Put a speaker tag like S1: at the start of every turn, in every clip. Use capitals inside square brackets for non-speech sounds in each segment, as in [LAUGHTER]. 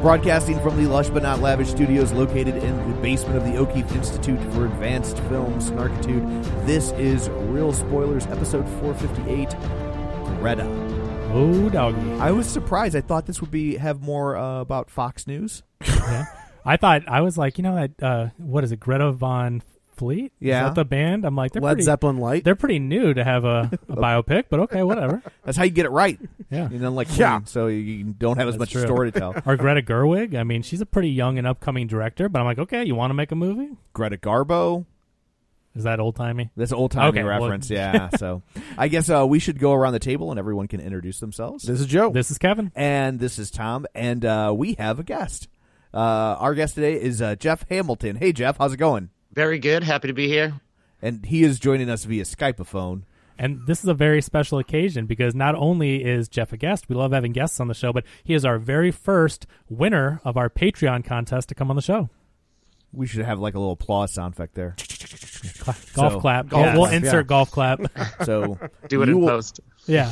S1: Broadcasting from the lush but not lavish studios located in the basement of the O'Keefe Institute for Advanced Film Snarkitude, this is Real Spoilers, episode 458, Greta.
S2: Oh, doggy.
S1: I was surprised. I thought this would be have more uh, about Fox News.
S2: yeah. [LAUGHS] I thought I was like, you know, that uh, what is it, Greta von Fleet?
S1: Yeah,
S2: the band. I'm like, they're
S1: Led
S2: pretty,
S1: Zeppelin Light.
S2: They're pretty new to
S1: [LAUGHS]
S2: have a, a biopic, but okay, whatever.
S1: That's how you get it right.
S2: Yeah,
S1: and then like yeah, so you don't have as
S2: That's
S1: much
S2: true.
S1: story to tell.
S2: [LAUGHS] Or Greta Gerwig. I mean, she's a pretty young and upcoming director, but I'm like, okay, you want to make a movie?
S1: Greta Garbo.
S2: Is that old timey?
S1: That's old timey
S2: Okay, well-
S1: reference. Yeah. So I guess uh, we should go around the table and everyone can introduce themselves.
S3: This is Joe.
S2: This is Kevin.
S1: and this is Tom, and uh, we have a guest. Uh, our guest today is uh, Jeff Hamilton. Hey, Jeff, how's it going?
S4: Very good. Happy to be here.
S1: And he is joining us via Skype phone.
S2: And this is a very special occasion because not only is Jeff a guest, we love having guests on the show, but he is our very first winner of our Patreon contest to come on the show.
S1: We should have like a little applause sound effect there.
S2: Cla- golf
S1: So-
S2: clap.
S1: golf
S2: Yeah, we'll
S1: clap,
S2: insert
S1: yeah. [LAUGHS]
S2: golf clap.
S1: So
S4: [LAUGHS] Do it
S1: you
S4: in
S1: will-
S4: post.
S2: yeah.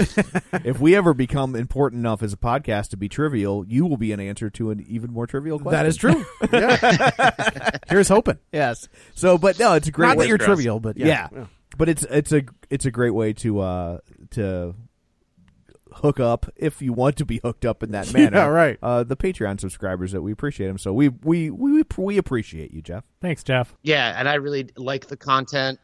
S1: if we ever become important enough as a podcast to be trivial, you will be an answer to an even more trivial question.
S3: That is true.
S1: [LAUGHS]
S3: Yeah. Here's hoping.
S1: yes. So, but no, it's a great.
S3: Not
S1: way-
S3: that you're trivial, but yeah.
S1: yeah. but it's it's a it's a great way to uh to hook up if you want to be hooked up in that manner.
S3: [LAUGHS] Yeah, right.
S1: Uh, the Patreon subscribers that we appreciate them, so we we we we appreciate you, Jeff.
S2: Thanks, Jeff.
S4: Yeah, and I really like the content.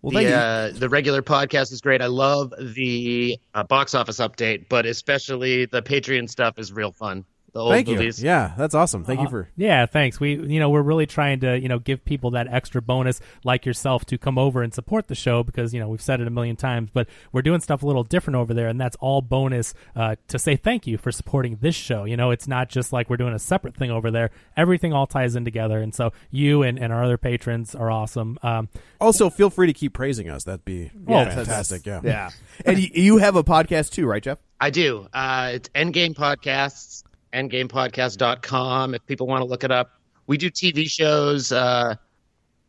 S1: Well,
S4: the
S1: thank you.
S4: uh, the regular podcast is great. I love the uh, box office update, but especially the Patreon stuff is real fun. The old
S3: Thank you.
S4: movies.
S3: Yeah, that's awesome.
S1: Uh-huh.
S3: Thank you for.
S2: Yeah, thanks. We you know, we're really trying to, you know, give people that extra bonus like yourself to come over and support the show because, you know, we've said it a million times, but we're doing stuff a little different over there and that's all bonus uh, to say thank you for supporting this show. You know, it's not just like we're doing a separate thing over there. Everything all ties in together and so you and, and our other patrons are awesome. Um,
S3: Also, feel free to keep praising us. That'd be
S2: Well,
S3: fantastic. Yeah.
S1: yeah, and you, you have a podcast too, right, Jeff?
S4: I do. Uh, it's Endgame Podcasts, endgamepodcast.com if people want to look it up. We do TV shows, uh,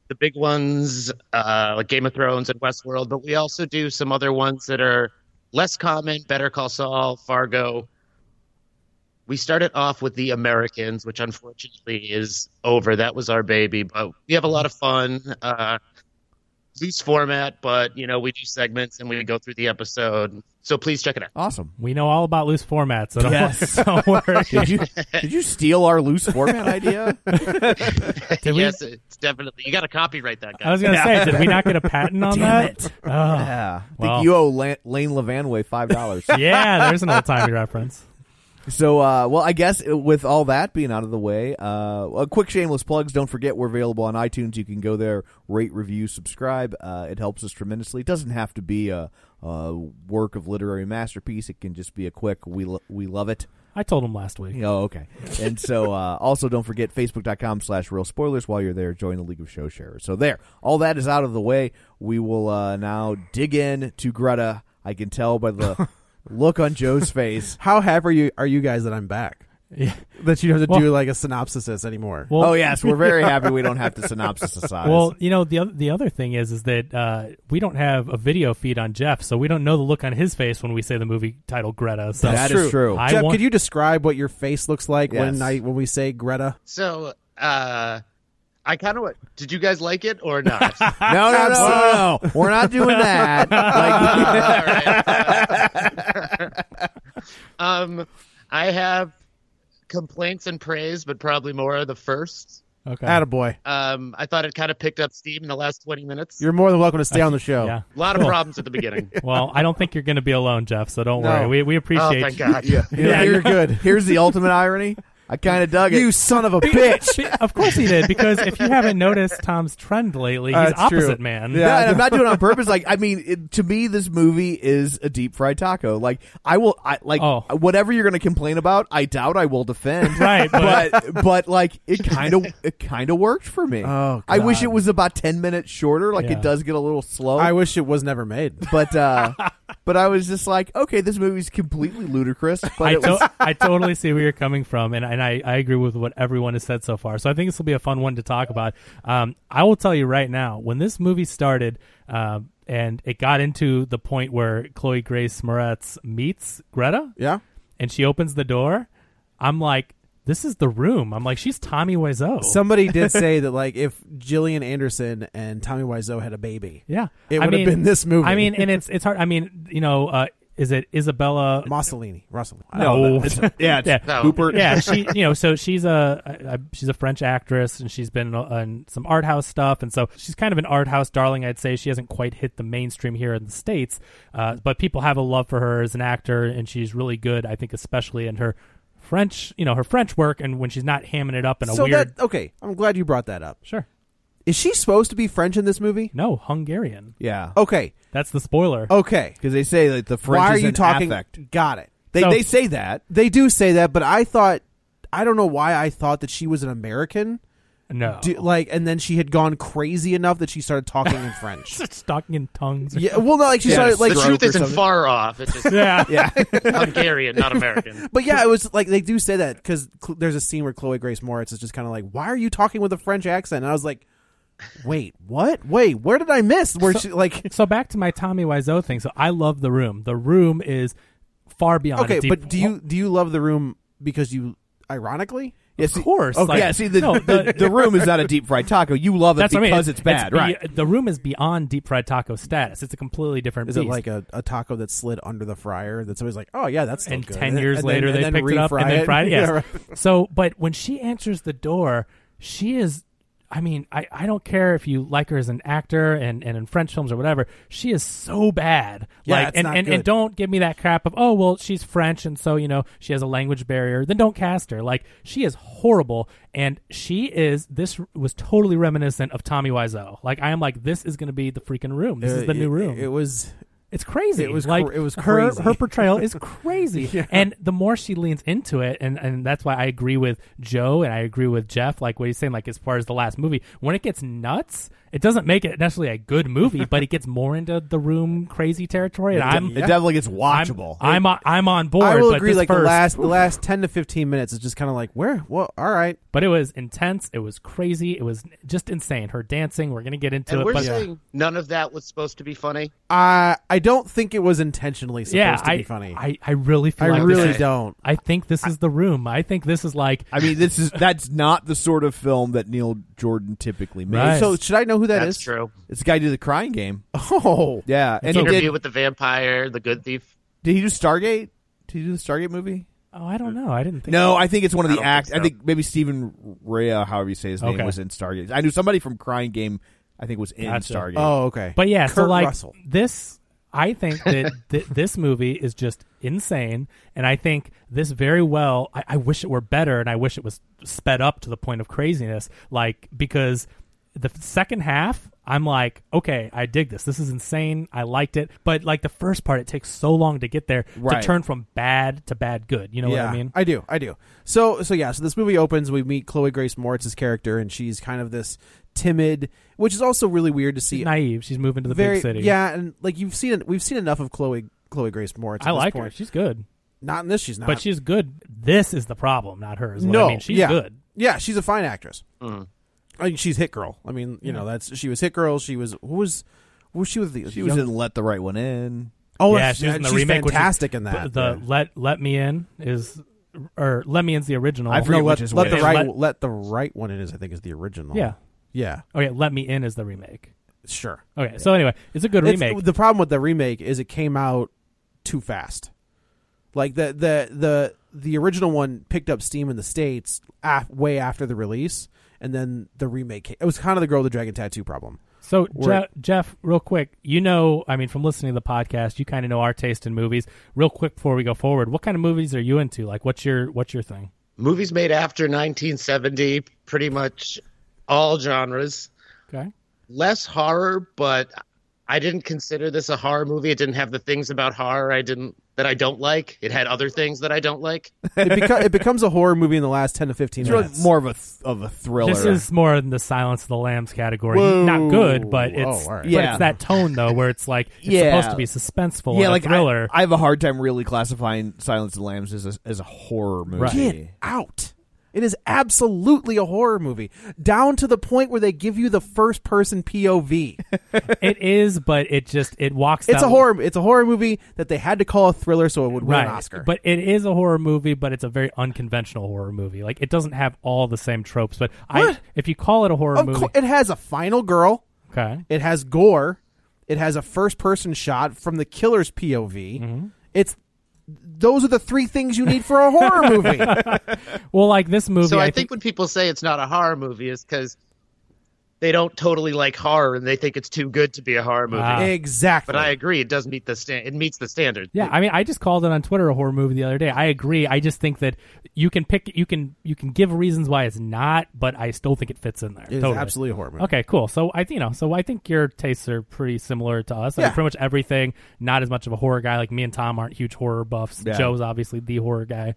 S4: the big ones uh, like Game of Thrones and Westworld, but we also do some other ones that are less common Better Call Saul, Fargo. We started off with The Americans, which unfortunately is over. That was our baby, but we have a lot of fun. Uh, loose format, but you know we do segments and we go through the episode. So please check it out.
S1: Awesome.
S2: we know all about loose formats, so don't,
S1: Yes.
S2: [LAUGHS] don't worry.
S1: Did you did you steal our loose format idea?
S2: Did we-
S4: yes, it's definitely. You got to copyright that guy.
S2: I was gonna say, did we not get a patent on that? Oh.
S1: Yeah, I
S2: Well.
S1: think you owe La- Lane Levanway five
S2: [LAUGHS]
S1: dollars.
S2: yeah, there's an old timey reference.
S1: So, uh, well, I guess with all that being out of the way, uh, a quick shameless plugs. Don't forget we're available on iTunes. You can go there, rate, review, subscribe. Uh, it helps us tremendously. It doesn't have to be a, a work of literary masterpiece. It can just be a quick we lo- we love it.
S2: I told him last week.
S1: Oh, okay. And so, uh, also don't forget facebook.com slash real spoilers while you're there. Join the League of Show Sharers. So, there, all that is out of the way. We will uh, now dig in to Greta. I can tell by
S2: [LAUGHS]
S1: the look on Joe's face.
S3: How happy are you, are you guys that I'm back?
S2: Yeah.
S3: That you don't have to
S2: Well-
S3: do like a synopsis of this anymore.
S2: Well,
S1: oh yes, we're very happy we don't have to synopsis size.
S2: Well, you know the oth- the other thing is is that uh, we don't have a video feed on Jeff, so we don't know the look on his face when we say the movie title Greta. So
S1: That is true.
S2: I
S3: Jeff,
S2: want-
S3: could you describe what your face looks like
S1: Yes.
S3: when I when we say Greta?
S4: So, uh, I kind of. Did you guys like it or not? [LAUGHS]
S1: no, no, no, no, no, we're not doing that.
S2: [LAUGHS]
S1: Like,
S4: All [LAUGHS] right. um, I have complaints and praise, but probably more of the first.
S2: Okay.
S3: Attaboy.
S4: Um, I thought it kind of picked up steam in the last 20 minutes.
S3: You're more than welcome to stay on the show.
S2: yeah.
S4: a lot of problems at the beginning.
S2: Well, I don't think you're going to be alone, Jeff. So don't worry. We we
S4: oh,
S2: appreciate.
S4: thank
S2: you.
S4: God. Yeah.
S3: Yeah, you're good.
S1: Here's the ultimate irony. I kind of dug it.
S3: You son of a bitch.
S2: Be- of course he did, because if you haven't noticed Tom's trend lately, he's
S3: That's true.
S2: opposite man.
S1: Yeah, and I'm not doing it on purpose. Like, I mean, it, to me, this movie is a deep fried taco. Like, I will, I like
S2: Oh.
S1: whatever you're going to complain about. I doubt I will defend.
S2: Right,
S1: [LAUGHS]
S2: but-
S1: but but, like it kind of it kind of worked for me.
S3: Oh,
S1: I wish
S3: God.
S1: it was about ten minutes shorter. Like
S2: Yeah.
S1: it does get a little slow.
S3: I wish it was never made.
S1: [LAUGHS] but uh, but I was just like, okay, this movie's completely
S3: [LAUGHS]
S1: ludicrous. But
S2: I,
S1: it was,
S2: to- [LAUGHS] I totally see where you're coming from, and, and I, I agree with what everyone has said so far. So I think this will be a fun one to talk about. Um, I will tell you right now, when this movie started, um, and it got into the point where Chloe Grace Moretz meets Greta,
S3: Yeah.
S2: and she opens the door, I'm like, this is the room. I'm like, she's Tommy Wiseau.
S3: Somebody
S2: [LAUGHS]
S3: did say that like if Gillian Anderson and Tommy Wiseau had a baby.
S2: yeah,
S3: It
S2: I
S3: would have
S2: mean-
S3: been this movie.
S2: I mean, and it's it's hard. I mean, you know, uh, is it Isabella?
S3: Mussolini, Russell. [LAUGHS]
S2: No, yeah,
S4: No.
S2: yeah, she, you know, so she's a, a she's a French actress, and she's been on some art house stuff, and so she's kind of an art house darling. I'd say she hasn't quite hit the mainstream here in the states, uh, but people have a love for her as an actor, and she's really good. I think, especially in her French, you know, her French work, and when she's not hamming it up in a
S3: So
S2: weird,
S3: that okay, I'm glad you brought that up.
S2: sure,
S3: Is she supposed to be French in this movie?
S2: no Hungarian.
S1: yeah,
S3: Okay,
S2: That's the spoiler.
S3: okay.
S1: because they say like the French
S3: Why are
S1: is
S3: you
S1: an
S3: talking?
S1: affect.
S3: Got it.
S1: They
S2: So-
S1: they say that.
S3: They do say that, but I thought I don't know why I thought that she was an American.
S2: no, [LAUGHS]
S3: Do, like, and then she had gone crazy enough that she
S1: [LAUGHS]
S3: started talking in French.
S2: it's talking in tongues.
S3: yeah, well, no, like she
S1: Yeah,
S3: started like
S1: it's
S4: the
S1: stroke
S4: truth
S1: or
S4: isn't
S1: something.
S4: far off. It's
S2: [LAUGHS]
S4: just
S2: yeah.
S1: Yeah,
S4: Hungarian, not American.
S3: [LAUGHS] But yeah, it was like they do say that because cl- there's a scene where Chloe Grace Moritz is just kind of like, "Why are you talking with a French accent?" And I was like, "Wait, what? Wait, where did I miss?" Where
S1: [LAUGHS]
S3: she like,
S2: So back to my Tommy Wiseau thing. So I love the room. The room is far beyond.
S3: okay,
S2: a deep-
S3: but do you do you love the room because you ironically?
S1: Yes,
S2: Of course, like-
S1: yeah, see, the,
S2: no,
S1: the,
S2: the-
S1: the room is not a deep fried taco. You love it
S2: That's
S1: because
S2: what I mean.
S1: it's bad,
S2: be-
S1: right?
S2: The room is beyond deep fried taco status. It's a completely different.
S3: Is
S2: beast.
S3: it like a, a taco that slid under the fryer that's always like, oh yeah, that's
S2: and ten years later they picked it up and then fried it.
S3: [LAUGHS]
S2: Yes. So, but when she answers the door, she is. I mean, I, I don't care if you like her as an actor and, and in French films or whatever. She is so bad.
S3: Yeah,
S2: like
S3: it's
S2: and,
S3: not
S2: and, and
S3: good.
S2: don't give me that crap of oh well she's French and so you know she has a language barrier. Then don't cast her. Like she is horrible and she is this was totally reminiscent of Tommy Wiseau. Like I am like this is going to be the freaking room. This is the new room.
S3: Uh, It, was
S2: It's crazy.
S3: It was
S2: like
S3: cr- it was
S2: her
S3: crazy.
S2: her portrayal
S3: [LAUGHS]
S2: is crazy, and the more she leans into it, and and that's why I agree with Joe and I agree with Jeff. Like what he's saying, like as far as the last movie, when it gets nuts, it doesn't make it necessarily a good movie, but it gets more into the room crazy territory, and I'm
S1: it definitely gets
S2: I'm
S1: watchable.
S2: I'm on, I'm on board.
S3: I will
S2: but
S3: agree.
S2: this
S3: Like the
S2: first-
S3: last the last ten to fifteen minutes is just kind of like where well all right
S2: but it was intense. It was crazy. It was just insane. Her dancing. We're gonna get into
S4: And
S2: it.
S4: we're
S2: but
S4: saying none of that was supposed to be funny.
S3: I I don't think it was intentionally supposed
S2: yeah,
S3: to
S2: I,
S3: be funny
S2: I I really feel
S3: I
S2: like this
S3: really
S2: is-
S3: don't.
S2: I think this is the room. I think this is like
S1: I mean, this is that's not the sort of film that Neil Jordan typically makes.
S2: Right.
S3: so should I know who that
S4: That's
S3: is?
S4: true.
S1: This guy did the Crying Game.
S3: Oh
S1: Yeah, and he
S4: Interview
S1: did.
S4: with the vampire, the good thief.
S1: Did he do Stargate? Did he do the Stargate movie?
S2: Oh, I don't know. I didn't think.
S1: No, I think it's one of
S4: I
S1: the
S4: don't
S1: act.
S4: think so.
S1: I think maybe Stephen Rea, however you say his name,
S2: Okay.
S1: was in Stargate. I knew somebody from Crying Game. I think was in
S2: Gotcha.
S1: Stargate.
S3: oh okay
S2: But yeah, so
S3: Kurt
S2: like
S3: Russell.
S2: this, I think
S3: [LAUGHS]
S2: that th- this movie is just insane, and I think this very well. I-, I wish it were better, and I wish it was sped up to the point of craziness. Like because the f- second half, I'm like, okay, I dig this. This is insane. I liked it, but like the first part, it takes so long to get there
S1: Right.
S2: to turn from bad to bad good. You know
S3: yeah,
S2: what I mean?
S3: I do, I do. So, so yeah, so this movie opens. We meet Chloe Grace Moritz's character, and she's kind of this timid, which is also really weird to see.
S2: She's naive. She's moving to the
S3: Very,
S2: big city.
S3: yeah, and like you've seen, we've seen enough of Chloe Chloe Grace Moritz.
S2: I
S3: at this
S2: like her.
S3: point.
S2: She's good,
S3: Not in this, she's not.
S2: but she's good. This is the problem, not her. Is what
S3: no,
S2: I mean. She's
S3: yeah,
S2: good.
S3: Yeah, she's a fine actress. I mean, she's Hit Girl. I mean, you know, that's she was Hit Girl. She was who was who was she with the
S1: she was
S3: young-
S1: in Let the Right One In.
S3: oh
S2: yeah,
S3: that's-
S2: she was in the
S3: she's
S2: remake. which is-
S3: fantastic in that.
S2: The let let me in is or let me in's the original.
S1: I
S3: no,
S1: forget
S3: let,
S1: which is
S3: let
S1: which.
S3: the right
S2: Let-
S3: let, the right one in is I think is the original.
S2: Yeah.
S3: yeah,
S2: Okay, let me in is the remake.
S3: sure.
S2: Okay, so anyway, it's a good
S3: It's-
S2: remake.
S3: The problem with the remake is it came out too fast. Like the the the the original one picked up steam in the states af- way after the release, and then the remake. Came. It was kind of the girl with the dragon tattoo problem.
S2: So Jeff, Jeff, real quick, you know, I mean, from listening to the podcast, you kind of know our taste in movies. Real quick, before we go forward, what kind of movies are you into? Like, what's your what's your thing?
S4: Movies made after 1970, pretty much all genres.
S2: Okay.
S4: Less horror, but I didn't consider this a horror movie. It didn't have the things about horror I didn't that I don't like. It had other things that I don't like.
S3: it, beca- it becomes a horror movie in the last ten to fifteen
S1: It's really
S3: minutes.
S1: more of a th- of a thriller.
S2: This is more in the Silence of the Lambs category.
S3: Whoa.
S2: Not good, but it's
S3: Oh, all right.
S2: but
S1: Yeah.
S2: it's that tone though, where it's like it's
S1: Yeah.
S2: supposed to be suspenseful.
S1: yeah,
S2: and
S1: like
S2: a thriller.
S1: I, I have a hard time really classifying Silence of the Lambs as a, as a horror movie.
S2: Right.
S3: Get out. It is absolutely a horror movie, down to the point where they give you the first person POV.
S2: it is, but it just it walks.
S3: It's
S2: that
S3: a horror. It's a horror movie that they had to call a thriller so it would win
S2: Right,
S3: an Oscar.
S2: but it is a horror movie, but it's a very unconventional horror movie. Like it doesn't have all the same tropes. But I,
S3: What?
S2: if you call it a horror
S3: of
S2: movie,
S3: course, it has a final girl.
S2: okay,
S3: It has gore. It has a first person shot from the killer's POV.
S1: Mm-hmm.
S3: It's those are the three things you need for a
S1: [LAUGHS]
S3: horror movie.
S2: well, like this movie,
S4: So I,
S2: I
S4: think, when people say it's not a horror movie, is because they don't totally like horror and they think it's too good to be a horror movie.
S2: Ah.
S3: exactly.
S4: But I agree, it does meet the stand. It meets the standard.
S2: Yeah, I mean, I just called it on Twitter a horror movie the other day. I agree. I just think that you can pick, you can, you can give reasons why it's not, but I still think it fits in there.
S3: it is
S2: Totally.
S3: absolutely a horror movie.
S2: Okay, cool. So I, you know, so I think your tastes are pretty similar to us. I mean,
S3: Yeah.
S2: pretty much everything. Not as much of a horror guy. Like me and Tom aren't huge horror buffs.
S1: Yeah.
S2: Joe's obviously the horror guy.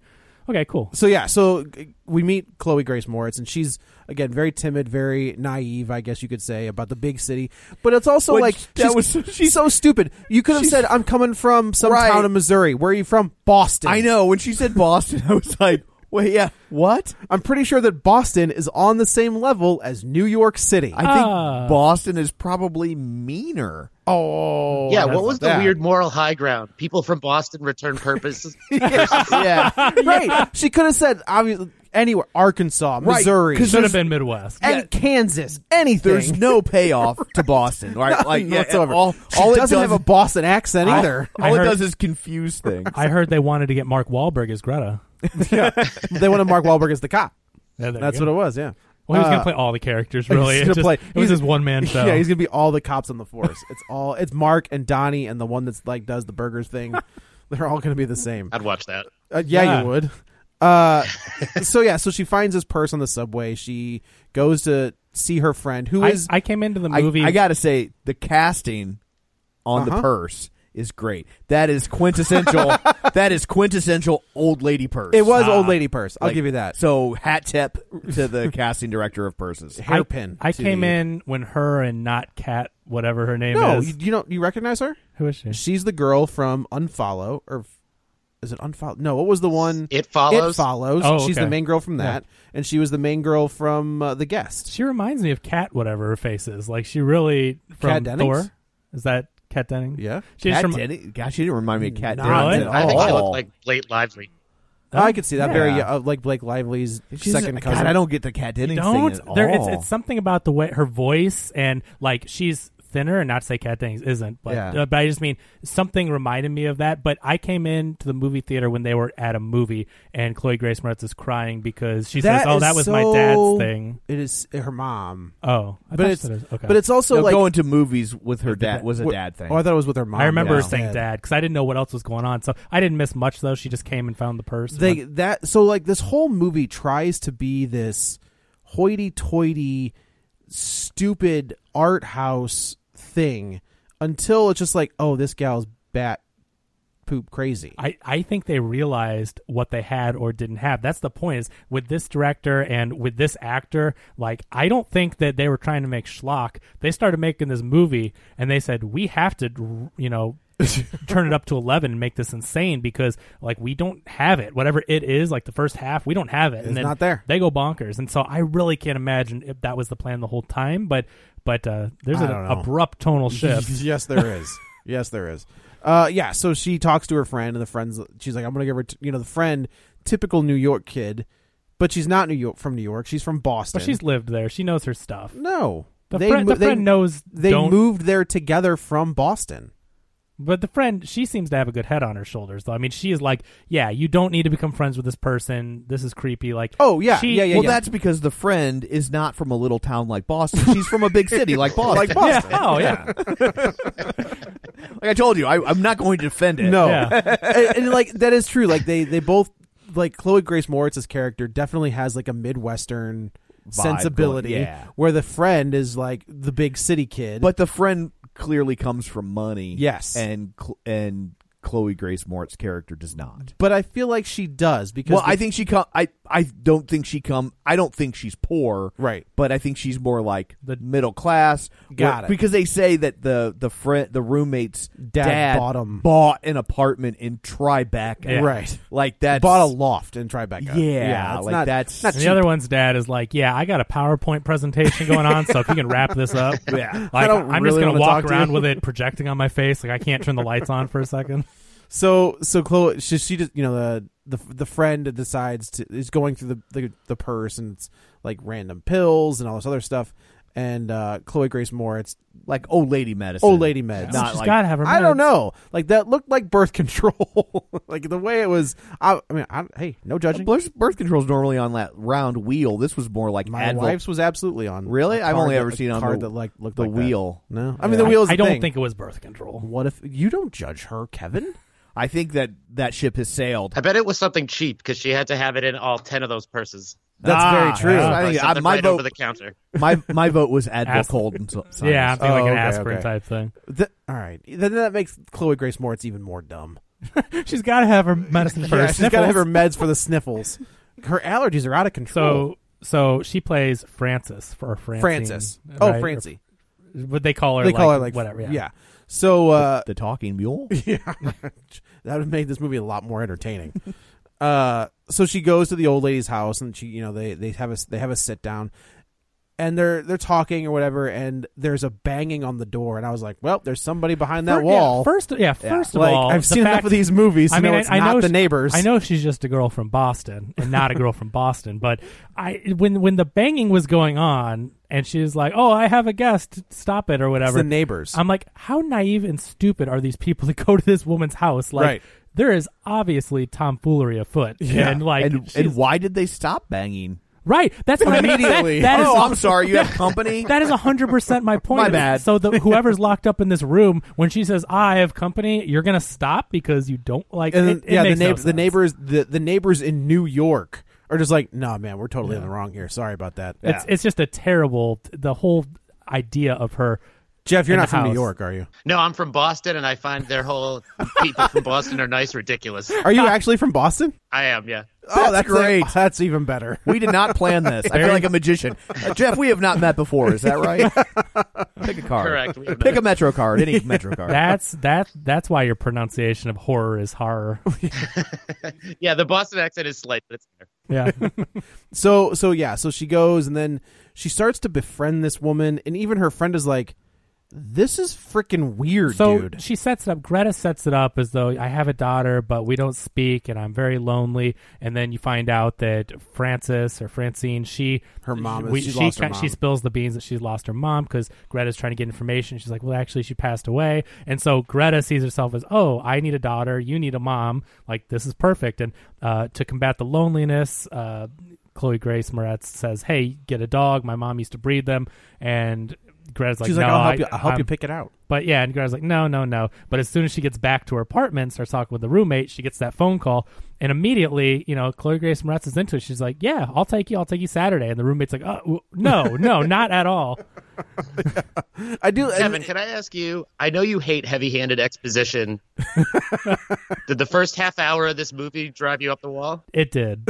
S2: Okay,
S3: [LAUGHS]
S2: cool.
S3: So yeah, so g- we meet Chloe Grace Moritz, and she's again very timid, very naive, I guess you could say, about the big city. But it's also
S1: Which-
S3: like
S1: that
S3: she's,
S1: was-
S3: she's so stupid. You could have
S1: she's-
S3: said, "I'm coming from some
S1: Right.
S3: town in Missouri. Where are you from? Boston."
S1: I know when she said Boston, [LAUGHS] I was like, wait, yeah, what?
S3: I'm pretty sure that Boston is on the same level as New York City.
S1: I think
S2: Ah.
S1: Boston is probably meaner.
S3: oh,
S4: yeah, what was the
S3: that?
S4: weird moral high ground? People from Boston return purposes.
S1: yeah,
S3: [LAUGHS] right? She could have said obviously anywhere, Arkansas,
S1: Right,
S3: Missouri,
S1: 'cause
S2: Should have been
S3: [LAUGHS]
S2: Midwest.
S3: and
S1: Yeah.
S3: Kansas. Anything.
S1: there's no payoff to Boston, right? Like yeah,
S3: whatsoever.
S1: All,
S3: she
S1: all it
S3: doesn't have a Boston accent
S1: all-
S3: either.
S1: All,
S2: I
S1: it
S2: heard-
S1: does is confuse things.
S2: I heard they wanted to get Mark Wahlberg as Greta.
S3: [LAUGHS] they wanted Mark Wahlberg as the cop.
S2: Yeah, there
S3: That's
S2: you go.
S3: what it was. Yeah.
S2: Well, he was
S3: Uh,
S2: gonna
S3: [LAUGHS]
S2: play all the characters. Really,
S3: He's
S2: It
S3: gonna
S2: just-
S3: play-
S2: It was his one man show.
S3: [LAUGHS] Yeah, he's gonna be all the cops on the force. It's all it's Mark and Donnie and the one that's like does the burgers [LAUGHS] thing. They're all gonna be the same.
S4: I'd watch that.
S3: Uh, yeah,
S2: Yeah.
S3: you would. Uh, so yeah, so she finds this purse on the subway. She goes to see her friend who
S2: I,
S3: is
S2: I came into the
S1: I,
S2: movie.
S1: I gotta say, the casting on the
S3: Uh-huh.
S1: purse is great. That is quintessential. that is quintessential old lady purse.
S3: it was old lady purse. I'll
S1: Like,
S3: give you that.
S1: So hat tip to the casting director of purses.
S2: I,
S3: hairpin.
S2: I
S3: to-
S2: came in when her and not Cat, whatever her name
S3: No,
S2: is.
S3: you, you don't. You recognize her?
S2: Who is she?
S3: She's the girl from Unfollow or f- is it Unfollow? No, what was the one?
S4: It follows.
S3: It follows.
S2: Oh,
S3: She's
S2: okay.
S3: the main girl from that, and she was the main girl from uh, the guest.
S2: She reminds me of Cat, whatever her face is. Like she really from
S3: Kat Dennings?
S2: Thor. Is that Cat Denning?
S3: Yeah.
S2: she's
S1: Cat
S2: from.
S1: Denny- Gosh, she didn't remind me of Cat
S3: Not
S1: Dennings
S2: really.
S1: at
S4: I think she
S1: all.
S4: looked like Blake Lively.
S3: I could see that
S2: Oh, Yeah.
S3: very uh, like Blake Lively's
S1: She's-
S3: second cousin.
S1: God, I don't get the Cat Dennings
S2: Don't
S1: thing at
S2: there?
S1: all.
S2: It's, it's something about the way her voice and like she's thinner, and not to say Cat Dennings isn't, but
S3: Yeah.
S2: uh, but I just mean something reminded me of that. But I came into the movie theater when they were at a movie, and Chloe Grace Moretz is crying because she says, "Oh,
S3: is
S2: that was my
S3: so-
S2: dad's thing."
S3: It is uh, her mom,
S2: Oh, I
S3: but
S2: thought
S3: it's
S2: that was- okay.
S3: but it's also
S1: No,
S3: like
S1: going to movies with her dad was a
S3: wh-
S1: dad thing.
S3: Oh, I thought it was with her mom.
S2: I remember her
S3: yeah.
S2: saying dad because I didn't know what else was going on. So I didn't miss much though. She just came and found the purse. and
S3: They
S2: went-
S3: that so like this whole movie tries to be this hoity-toity, stupid art house thing until it's just like, oh, this gal's bat poop crazy.
S2: I, I think they realized what they had or didn't have. That's the point is with this director and with this actor, like I don't think that they were trying to make schlock. They started making this movie and they said, We have to you
S3: [LAUGHS]
S2: know turn it up to eleven and make this insane because like we don't have it. Whatever it is, like the first half, we don't have it.
S3: It's
S2: and then
S3: not there.
S2: They go bonkers. And so I really can't imagine if that was the plan the whole time, but but uh, there's
S3: I
S2: an
S3: don't know.
S2: abrupt
S3: [LAUGHS]
S2: tonal shift.
S3: yes, there is. yes, there is. Uh, yeah. So she talks to her friend, and the friend's she's like, "I'm gonna give her." T-, you know, the friend, typical New York kid, but she's not New York from New York. She's from Boston.
S2: but she's lived there. She knows her stuff.
S3: no.
S2: The friend- the friend knows
S3: They
S2: don't-
S3: moved there together from Boston.
S2: But the friend, she seems to have a good head on her shoulders, though. I mean, she is like, yeah, you don't need to become friends with this person. This is creepy. Like,
S3: Oh, yeah,
S2: she,
S3: yeah, yeah,
S1: well,
S3: yeah.
S1: that's because the friend is not from a little town like Boston. She's from a big city
S3: [LAUGHS]
S1: like Boston. like
S2: yeah. Oh, yeah.
S1: [LAUGHS] Like I told you, I, I'm not going to defend it.
S3: No,
S2: Yeah.
S3: [LAUGHS] and, and, like that is true. Like they they both like Chloe Grace Moritz's character definitely has like a midwestern sensibility,
S1: going- yeah.
S3: where the friend is like the big city kid.
S1: But the friend clearly comes from money.
S3: Yes.
S1: and Cl- and Chloe Grace Moretz's character does not.
S3: but I feel like she does because
S1: Well,
S3: the-
S1: I think she come. I I don't think she come. I don't think she's poor.
S3: Right.
S1: But I think she's more like
S2: The-
S1: the middle class.
S3: Got
S1: where-
S3: it.
S1: Because they say that the the friend the roommate's
S3: Dad bought 'em.
S1: bought an apartment in Tribeca.
S2: Yeah.
S3: right
S1: Like that
S3: bought a loft in Tribeca.
S1: Yeah,
S3: that's
S1: like
S3: not-
S1: that's
S3: not
S2: And the other one's dad is like, yeah, I got a PowerPoint presentation going on, so if you can wrap this
S3: [LAUGHS]
S2: up,
S1: Yeah.
S2: like,
S3: I don't
S2: am
S3: really
S2: just gonna
S3: wanna
S2: walk
S3: talk to
S2: around
S3: you.
S2: with it projecting on my face. Like I can't turn the lights on for a
S3: [LAUGHS]
S2: second.
S3: So so Chloe, she, she just you know the the the friend decides to is going through the, the the purse and it's like random pills and all this other stuff. And uh, Chloe Grace Moritz,
S1: like old lady medicine.
S3: old lady meds.
S1: Not
S2: She's
S1: like-
S2: gotta have her.
S3: I don't
S2: meds.
S3: know. Like that looked like birth [LAUGHS] control. like the way it was. I, I mean, I, hey, no judging.
S1: Birth, birth control's normally on that round wheel. This was more like
S3: My
S1: Advil.
S3: wife's was absolutely on.
S1: Really?
S3: a
S1: I've
S3: card
S1: only
S3: that-
S1: ever
S3: a
S1: seen on
S3: card
S1: the-
S3: that like looked
S1: the
S3: like that.
S1: wheel's
S3: No, I mean the wheel's.
S2: I,
S3: the
S2: don't
S3: thing.
S2: think it was birth control.
S3: What if you don't judge her, Kevin?
S1: I think that that ship has sailed.
S4: I bet it was something cheap because she had to have it in all ten of those purses.
S3: That's
S1: Ah,
S3: very true.
S1: yeah. I
S4: Or
S1: think, uh,
S4: something
S1: my
S4: right
S1: vote-
S4: over the counter.
S1: my my vote was Advil
S2: Ask-
S1: cold. And so,
S2: Yeah, I'm thinking like
S3: Oh,
S2: an
S3: okay,
S2: aspirin
S3: okay.
S2: type thing.
S3: Th- all right. Then that makes Chloe Grace Moritz even more dumb.
S2: She's got to have her medicine first.
S3: [LAUGHS] Yeah, she's got to have her meds for the sniffles. Her allergies are out of control.
S2: So, so she plays Frances for Francine,
S3: Francis. Oh,
S2: right?
S3: Francie.
S2: But they call her.
S3: They
S2: like,
S3: call her like
S2: whatever. Yeah.
S3: So uh,
S1: the talking mule.
S3: [LAUGHS] yeah, that would have made this movie a lot more entertaining. [LAUGHS] uh, so she goes to the old lady's house, and she, you know, they they have a they have a sit down, and they're they're talking or whatever, and there's a banging on the door, and I was like, well, there's somebody behind that
S2: Fir- yeah,
S3: wall.
S2: first, yeah. First of
S3: like
S2: all,
S3: I've
S2: the
S3: seen enough
S2: fact-
S3: of these movies. To
S2: I mean,
S3: know
S2: I,
S3: it's
S2: I
S3: not
S2: know
S3: the
S2: she-
S3: neighbors.
S2: I know she's just a girl from Boston and not a girl from Boston, but I when when the banging was going on and she's like, "Oh, I have a guest, stop it" or
S3: it's
S2: whatever.
S3: the neighbors.
S2: I'm like, how naive and stupid are these people that go to this woman's house? Like,
S3: Right.
S2: there is obviously tomfoolery afoot, and like,
S1: and,
S2: she's-
S1: and why did they stop banging
S2: right? That's what I mean.
S1: immediately?
S2: That, that is
S1: oh, I'm sorry. You have company.
S2: that is hundred percent my point.
S1: My bad.
S2: So the, whoever's locked up in this room, when she says I have company, you're gonna stop because you don't like.
S3: and
S2: it, it
S3: yeah, the,
S2: makes no
S3: neighbor, the
S2: sense.
S3: neighbors, the, the neighbors in New York are just like, nah, man, we're totally on the wrong here. Sorry about that.
S2: It's it's just a terrible. The whole idea of her.
S3: Jeff, you're
S2: in
S3: not
S2: the
S3: from New
S2: house.
S3: York, are you?
S4: No, I'm from Boston, and I find their whole people from Boston are nice, ridiculous.
S3: Are you actually from Boston?
S4: I am, yeah.
S3: oh, that's
S1: great.
S3: oh, [LAUGHS] that's even better.
S1: we did not plan this. I feel like a
S3: [LAUGHS]
S1: magician. Uh, Jeff, we have not met before. Is that right? Pick a card.
S4: Correct. We have
S1: Pick
S4: not.
S1: a metro card.
S3: [LAUGHS]
S1: Any metro card.
S2: That's that. That's why your pronunciation of horror is
S3: [LAUGHS]
S2: horror.
S4: Yeah, the Boston accent is slight, but it's there.
S2: Yeah.
S3: So so yeah, so she goes and then she starts to befriend this woman, and even her friend is like, "This is freaking weird,
S2: So
S3: dude."
S2: she sets it up. Greta sets it up as though I have a daughter, but we don't speak, and I'm very lonely. And then you find out that Frances or Francine, she
S3: Her mom is-
S2: we-
S3: she lost her
S2: kind- she
S3: mom.
S2: spills the beans that she's lost her mom because Greta's trying to get information. She's like, well, actually, she passed away. And so Greta sees herself as, oh, I need a daughter, you need a mom. Like this is perfect. And uh, to combat the loneliness. Uh, Chloe Grace Moretz says, "Hey, get a dog. My mom used to breed them." And Greta's like,
S3: She's like,
S2: "No,
S3: "I'll help
S2: I-
S3: you. I'll help you
S2: I'm-
S3: pick it out."
S2: but yeah, and Greta's like, no, no, no. But as soon as she gets back to her apartment and starts talking with the roommate, she gets that phone call. And immediately, you know, Chloe Grace Moretz is into it. She's like, yeah, I'll take you. I'll take you Saturday. And the roommate's like, oh, w- no, no, not at all.
S3: I do.
S4: Kevin,
S3: And,
S4: can I ask you? I know you hate heavy-handed exposition. Did the first half hour of this movie drive you up the wall?
S2: It did.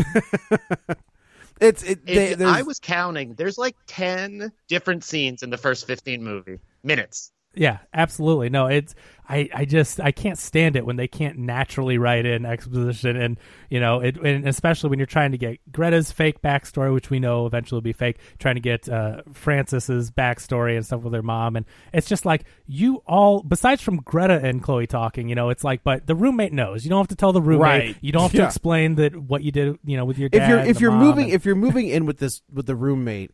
S3: it's it.
S4: If
S3: They,
S4: you-
S3: there's-
S4: I was counting. There's like ten different scenes in the first fifteen movie minutes.
S2: Yeah, absolutely. No, it's I, I just I can't stand it when they can't naturally write in exposition and you know it and especially when you're trying to get Greta's fake backstory, which we know eventually will be fake, trying to get uh, Francis's backstory and stuff with her mom, and it's just like you all besides from Greta and Chloe talking, you know, it's like but the roommate knows. You don't have to tell the roommate.
S3: Right.
S2: You don't have to
S3: Yeah.
S2: explain that what you did, you know, with your dad.
S3: if you're
S2: and
S3: if
S2: the
S3: you're
S2: mom
S3: moving
S2: and-
S3: if you're moving in with this with the roommate,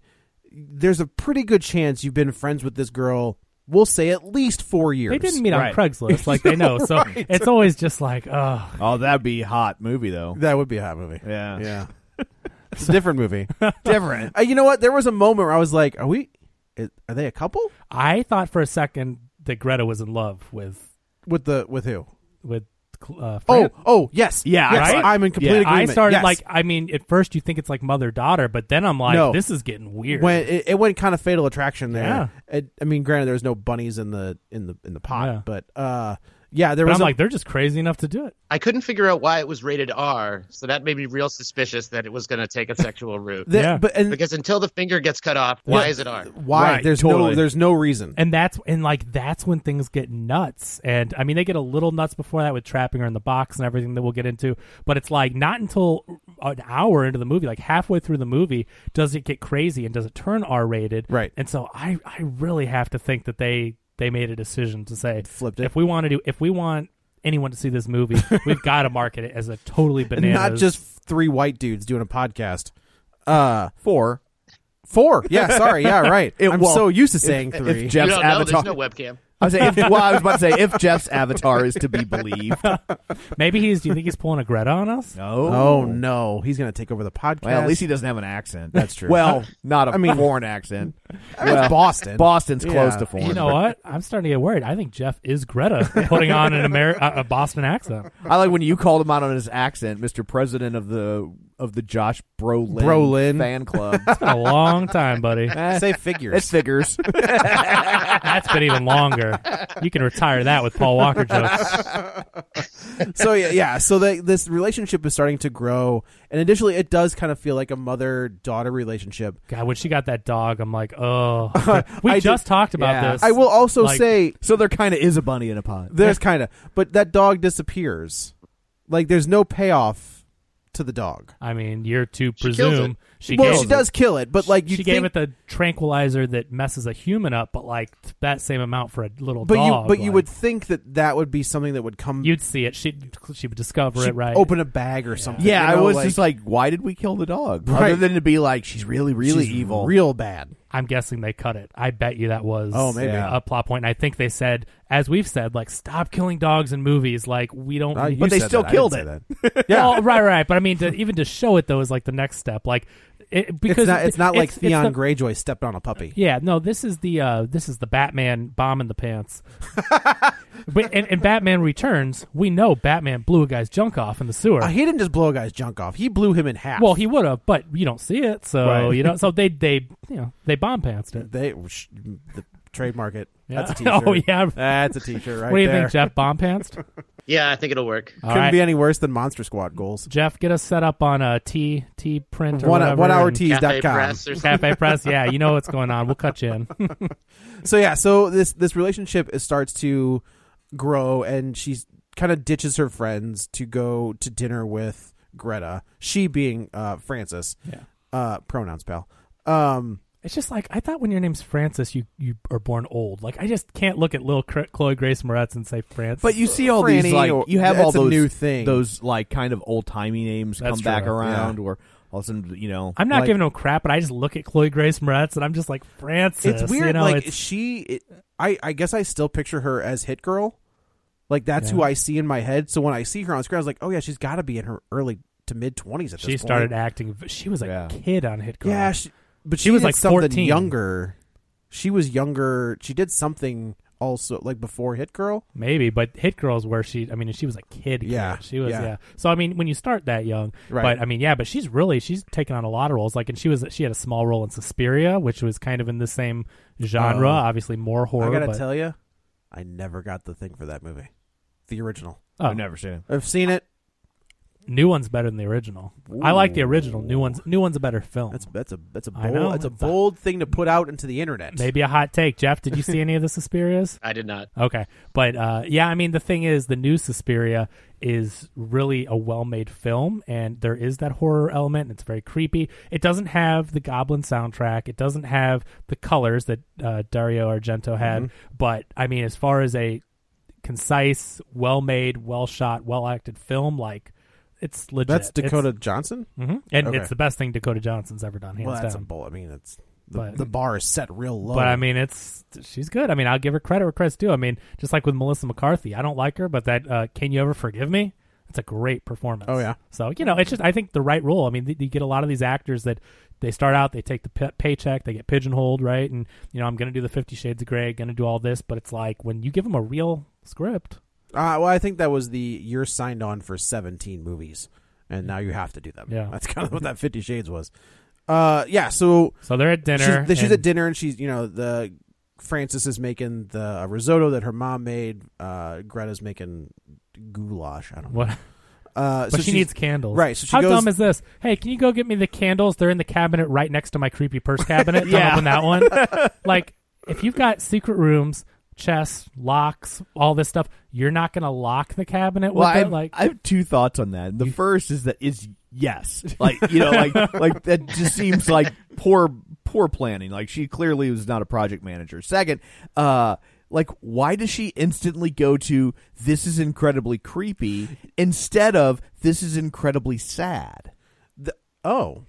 S3: there's a pretty good chance you've been friends with this girl we'll say at least four years.
S2: They didn't meet on Craigslist, like they
S3: [LAUGHS]
S2: know. So it's always just like, oh,
S1: Oh, that'd be hot movie though.
S3: That would be a hot movie.
S1: Yeah.
S4: [LAUGHS]
S3: Yeah. it's a different movie.
S1: Different.
S3: Uh, you know what? There was a moment where I was like, are we, i- are they a couple?
S2: I thought for a second that Greta was in love with
S3: With the, with who?
S2: with. Uh,
S3: Oh,
S2: Fran.
S3: oh, yes.
S1: Yeah,
S3: Yes,
S2: right?
S3: I'm in complete
S1: Yeah.
S3: agreement.
S2: I started
S3: Yes.
S2: like I mean at first you think it's like mother daughter, but then I'm like
S3: No.
S2: this is getting weird.
S3: when it, it went kind of fatal attraction there.
S2: Yeah.
S3: It- I mean, granted, there was no bunnies in the in the in the pot,
S2: Yeah.
S3: but uh, yeah, there
S2: but
S3: was
S2: I'm
S3: a-
S2: like they're just crazy enough to do it.
S4: I couldn't figure out why it was rated R, so that made me real suspicious that it was going to take a sexual route.
S3: the-
S2: yeah.
S3: but and
S4: because until the finger gets cut off, why is it R?
S3: why?
S1: Right,
S3: there's
S1: totally.
S3: no there's no reason.
S2: And that's and like that's when things get nuts. And I mean they get a little nuts before that with trapping her in the box and everything that we'll get into. But it's like not until an hour into the movie, like halfway through the movie, does it get crazy and does it turn R rated.
S3: Right.
S2: And so I I really have to think that they they made a decision to say
S3: Flipped it.
S2: If we want to do if we want anyone to see this
S3: [LAUGHS]
S2: movie, we've got to market it as a totally
S3: And
S2: bananas.
S3: not just three white dudes doing a podcast. Uh, four, four. Yeah, sorry. Yeah, right.
S1: [LAUGHS] It-
S3: I'm
S1: well,
S3: so used to saying
S1: if,
S3: three.
S1: If
S4: You
S1: Jeff's
S4: don't know.
S1: avatar,
S4: There's no webcam.
S1: I was, saying, if, well, I was about to say if Jeff's avatar is to be believed.
S2: [LAUGHS] maybe he's. Do you think he's pulling a Greta on
S3: [LAUGHS]
S2: us?
S3: oh no, he's gonna take over the podcast.
S1: Well, at least he doesn't have an accent.
S3: That's true.
S1: Well, not a
S3: [LAUGHS] I mean-
S1: foreign accent.
S3: I mean, [LAUGHS] it's Boston.
S1: Boston's
S3: Yeah.
S1: close to foreign.
S2: You know what? I'm starting to get worried. I think Jeff is Greta putting on an Ameri- a a Boston accent.
S1: I like when you called him out on his accent, Mr. President of the of the Josh Brolin,
S3: Brolin.
S1: fan club.
S3: [LAUGHS]
S1: Eh,
S2: It's been a long time, buddy.
S3: Say figures.
S1: It's figures.
S2: That's been even longer. You can retire that with Paul Walker jokes.
S3: [LAUGHS] so yeah, yeah. So the, this relationship is starting to grow, and initially, it does kind of feel like a mother daughter relationship.
S2: God, when she got that dog, I'm like,
S3: [LAUGHS]
S2: oh. We
S3: I
S2: just
S3: did-
S2: talked about
S1: yeah.
S2: this.
S3: I will also
S2: Like-
S3: say
S1: so there kind of is a bunny in a pot.
S3: [LAUGHS] there's kind of, but that dog disappears. Like there's no payoff to the dog.
S2: I mean, you're to
S4: She kills
S2: presume
S4: it.
S2: she
S3: well,
S2: gave
S3: she does kill it, but like you
S2: She gave
S3: think-
S2: it the tranquilizer that messes a human up, but like that same amount for a little
S3: but
S2: dog.
S3: you but you
S2: like,
S3: would think that that would be something that would come.
S2: you'd see it. She she would discover
S3: she'd
S2: it right.
S3: open a bag or something.
S1: Yeah,
S3: you know,
S1: I was just like, why did we kill the dog? Rather
S3: Right.
S1: than to be like, she's really, really
S3: she's
S1: evil.
S3: real bad.
S2: I'm guessing they cut it. I bet you that was
S3: Oh, maybe.
S2: a plot point. And I think they said, as we've said, like stop killing dogs in movies. Like we don't.
S3: Uh, you
S1: But they
S3: said
S1: still
S3: that. I didn't
S1: killed
S3: say
S1: it.
S3: [LAUGHS] that.
S2: yeah, well, right, right. But I mean, to, even to show it though is like the next step. Like it, because
S3: it's not. It's not like
S2: it's the-
S3: Theon Greyjoy stepped on a puppy.
S2: Yeah, no, this is the uh, this is the Batman bomb in the
S3: [LAUGHS]
S2: pants. but and, and Batman Returns, we know Batman blew a guy's junk off in the sewer.
S3: Uh, he didn't just blow a guy's junk off. He blew him in half.
S2: well, he would have, but you don't see it, so
S3: Right.
S2: you know. So they they you know they bomb pantsed it.
S3: They sh- the trademark it.
S2: Yeah.
S3: That's a t-shirt.
S2: [LAUGHS] Oh, yeah.
S3: that's a t-shirt right
S2: what do you
S3: there.
S2: think, Jeff? Bomb
S3: [LAUGHS]
S2: pantsed?
S4: Yeah, I think it'll work.
S3: Couldn't be any worse than Monster Squad goals.
S2: Jeff, get us set up on a T T print or
S3: One
S2: whatever
S3: one hour
S2: and
S4: Cafe
S3: tees.com.
S4: press or something.
S2: Cafe Press. Yeah, you know what's going on. We'll cut
S3: [LAUGHS]
S2: you in.
S3: So yeah, so this this relationship is, starts to grow, and she kind of ditches her friends to go to dinner with Greta. She being uh, Francis.
S2: Yeah.
S3: Uh, pronouns, pal. Um,
S2: it's just like I thought when your name's Francis, you you are born old. Like I just can't look at little Cr- Chloe Grace Moretz and say Francis.
S1: But you see all these
S3: Franny
S1: like
S3: or-
S1: you have
S3: that's
S1: all
S3: a
S1: those
S3: new thing.
S1: Those like kind of old timey names
S2: That's
S1: come back
S2: true,
S1: around,
S3: yeah.
S1: or all of a sudden, you know,
S2: I'm not
S1: like,
S2: giving no crap, but I just look at Chloe Grace Moretz and I'm just like Francis.
S3: it's weird.
S2: You know,
S3: like
S2: it's,
S3: she, it, I I guess I still picture her as Hit Girl. Like that's who I see in my head. So when I see her on screen, I was like, oh yeah, she's got to be in her early to mid twenties at this
S2: she
S3: point.
S2: started acting. She was a
S1: Yeah.
S2: kid on Hit Girl.
S3: Yeah, she, but she,
S2: She was
S3: did
S2: like
S3: something
S2: 14.
S3: younger. She was younger. She did something also like before Hit Girl.
S2: Maybe, but Hit Girl's where she. I mean, she was a kid. kid.
S3: Yeah,
S2: she was. Yeah.
S3: yeah.
S2: So I mean, when you start that young,
S3: Right.
S2: But I mean, yeah, but she's really she's taken on a lot of roles. Like, and she was she had a small role in Suspiria, which was kind of in the same genre.
S3: Oh.
S2: Obviously, more horror.
S3: I gotta
S2: but,
S3: tell you, I never got the thing for that movie, the original.
S2: oh,
S1: I've never seen it.
S3: I've seen it.
S2: New one's better than the original. I like the original. New one's new one's a better film.
S3: That's that's a that's a
S2: I
S3: bold
S2: know,
S3: that's a
S2: it's a-
S3: bold thing to put out into the internet.
S2: Maybe a hot take, Jeff. Did you see any of the
S3: [LAUGHS]
S2: Suspirias?
S4: I did not.
S2: Okay, but uh, yeah, I mean the thing is, the new Suspiria is really a well-made film, and there is that horror element. And it's very creepy. It doesn't have the Goblin soundtrack. It doesn't have the colors that uh, Dario Argento had.
S3: Mm-hmm.
S2: But I mean, as far as a concise, well-made, well-shot, well-acted film, like it's legit.
S3: that's
S2: It's-
S3: Dakota Johnson.
S2: mhm. and
S3: Okay.
S2: it's the best thing Dakota Johnson's ever done, hands
S3: Well, that's a
S2: down.
S3: bold. I mean, it's
S2: But
S3: the bar is set real low.
S2: but I mean, it's she's good. I mean, I'll give her credit where credit's due. I mean, just like with Melissa McCarthy, I don't like her, but that uh, "Can You Ever Forgive Me?" It's a great performance.
S3: Oh, yeah.
S2: So you know, it's just I think the right role. I mean, th- you get a lot of these actors that they start out, they take the p- paycheck, they get pigeonholed, right? And you know, I'm going to do the Fifty Shades of Grey, going to do all this, but it's like when you give them a real script,
S3: Uh, well, I think that was the you're signed on for 17 movies, and now you have to do them.
S2: Yeah.
S3: that's kind of what that Fifty Shades was. Uh, yeah. So
S2: so they're at dinner.
S3: she's, she's
S2: and-
S3: at dinner, and she's you know the Frances is making the uh, risotto that her mom made. Uh, Greta's making goulash. I don't know.
S2: What?
S3: Uh,
S2: But
S3: so
S2: she
S3: she's-
S2: needs candles.
S3: Right, so she
S2: How
S3: goes-
S2: dumb is this? Hey, can you go get me the candles? They're in the cabinet right next to my creepy purse cabinet. Don't
S3: Yeah.
S2: open that
S1: [LAUGHS]
S2: one. like, if you've got secret rooms, chests, locks, all this stuff, you're not going to lock the cabinet
S1: Well,
S2: with
S1: I
S2: it?
S1: have,
S2: Like,
S1: I have two thoughts on that. The first is that is yes, like you know,
S2: [LAUGHS]
S1: like like that just seems like poor poor planning. Like she clearly was not a project manager. Second, uh, like why does she instantly go to this is incredibly creepy instead of this is incredibly sad?
S3: Oh,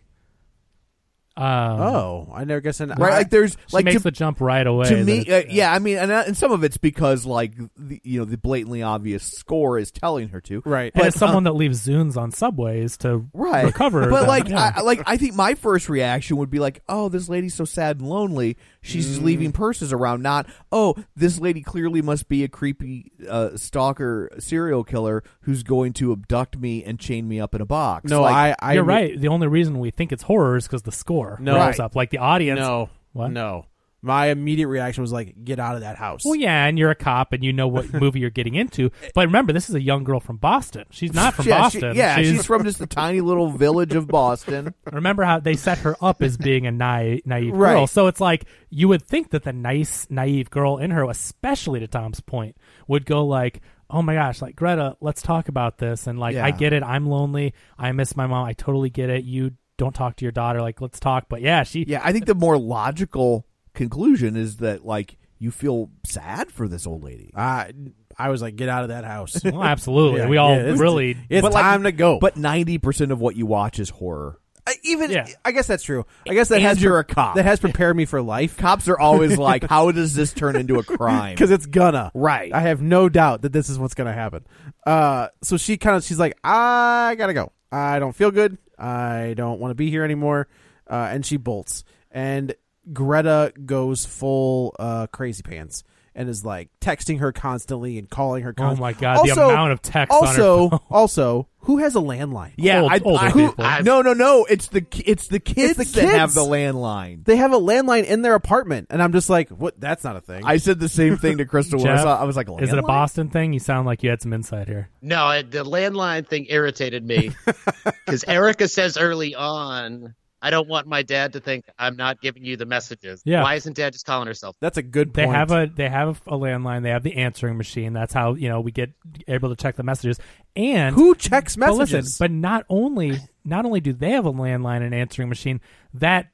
S2: um,
S3: oh! I never guess. An,
S1: Right?
S3: I-
S1: Like there's
S2: she
S1: like
S2: makes
S1: to,
S2: the jump right away.
S1: to
S2: that
S1: me,
S2: it's-
S1: uh, yeah. I mean, and, uh, and some of it's because like the, you know the blatantly obvious score is telling her to,
S3: Right.
S2: and
S1: But, uh,
S2: as someone that leaves Zunes on subways to
S1: right
S2: recover.
S1: but
S2: them,
S1: like
S2: yeah.
S1: I, like i think my first reaction would be like oh this lady's so sad and lonely she's leaving
S3: Mm.
S1: purses around not oh this lady clearly must be a creepy uh, stalker serial killer who's going to abduct me and chain me up in a box
S3: no,
S1: Like,
S3: I, I
S2: you're
S3: re-
S2: right. The only reason we think it's horror is because the score
S3: No.
S2: ramps up. Like the audience.
S3: No,
S2: What?
S3: no. My immediate reaction was like, "Get out of that house."
S2: Well, yeah, and you're a cop, and you know
S1: [LAUGHS]
S2: what movie you're getting into. But remember, this is a young girl from Boston. She's not from
S1: [LAUGHS] yeah, she-
S2: Boston.
S1: yeah she's, from just the tiny
S2: [LAUGHS]
S1: little village of boston
S2: Remember how they set her up as being a naive, naive
S1: Right.
S2: girl? So it's like you would think that the nice, naive girl in her, especially to Tom's point, would go like, "Oh my gosh, like Greta, let's talk about this." And like, I
S1: Yeah.
S2: get it. I'm lonely. I miss my mom. I totally get it. You don't talk to your daughter. Like, let's talk. But yeah, she.
S1: yeah i think the more logical conclusion is that like you feel sad for this old lady
S3: I I was like, "Get out of that
S2: [LAUGHS]
S3: house."
S2: Well, absolutely.
S3: Yeah,
S2: we all
S3: [LAUGHS] yeah, it's-
S2: really.
S3: It's
S1: But, like-
S3: time to go.
S1: but 90% of what you watch is horror
S3: I, even
S2: Yeah.
S3: I guess that's true. I guess that
S1: And
S3: has
S1: you're
S3: pre-
S1: a cop.
S3: That has prepared me for life
S1: cops are
S3: [LAUGHS]
S1: always like how does this turn into a crime
S3: because it's gonna.
S1: Right.
S3: I have no doubt that this is what's gonna happen. Uh, so she kind of she's like, I gotta go. I don't feel good. I don't want to be here anymore. Uh, and she bolts. And Greta goes full uh, crazy pants and is like texting her constantly and calling her. Const-
S2: Oh my God, the amount of text on her
S3: Also,
S2: phone.
S3: [LAUGHS] also, who has a landline?
S1: Yeah,
S2: Old-
S1: I,
S2: older
S1: I-
S2: people.
S1: I- no, no, no. It's the ki- it's the kids
S3: It's the
S1: that have
S3: kids.
S1: the landline.
S3: They have a landline in their apartment, and I'm just like, what? That's not a thing.
S1: I said the same thing
S3: [LAUGHS]
S1: to Crystal. when I,
S2: Jeff,
S1: saw, I was like,
S2: Is it a
S1: "Landline?"
S2: Boston thing? You sound like you had some insight here.
S4: No, it, the landline thing irritated me because Erica says early on, "I don't want my dad to think I'm not giving you the messages."
S2: Yeah.
S4: Why isn't Dad just calling herself?
S3: That's a good
S2: They
S3: point.
S2: have a they have a landline. They have the answering machine. That's how you know we get able to check the messages. And
S3: who checks
S2: but
S3: messages?
S2: listen, but not only not only do they have a landline and answering machine, that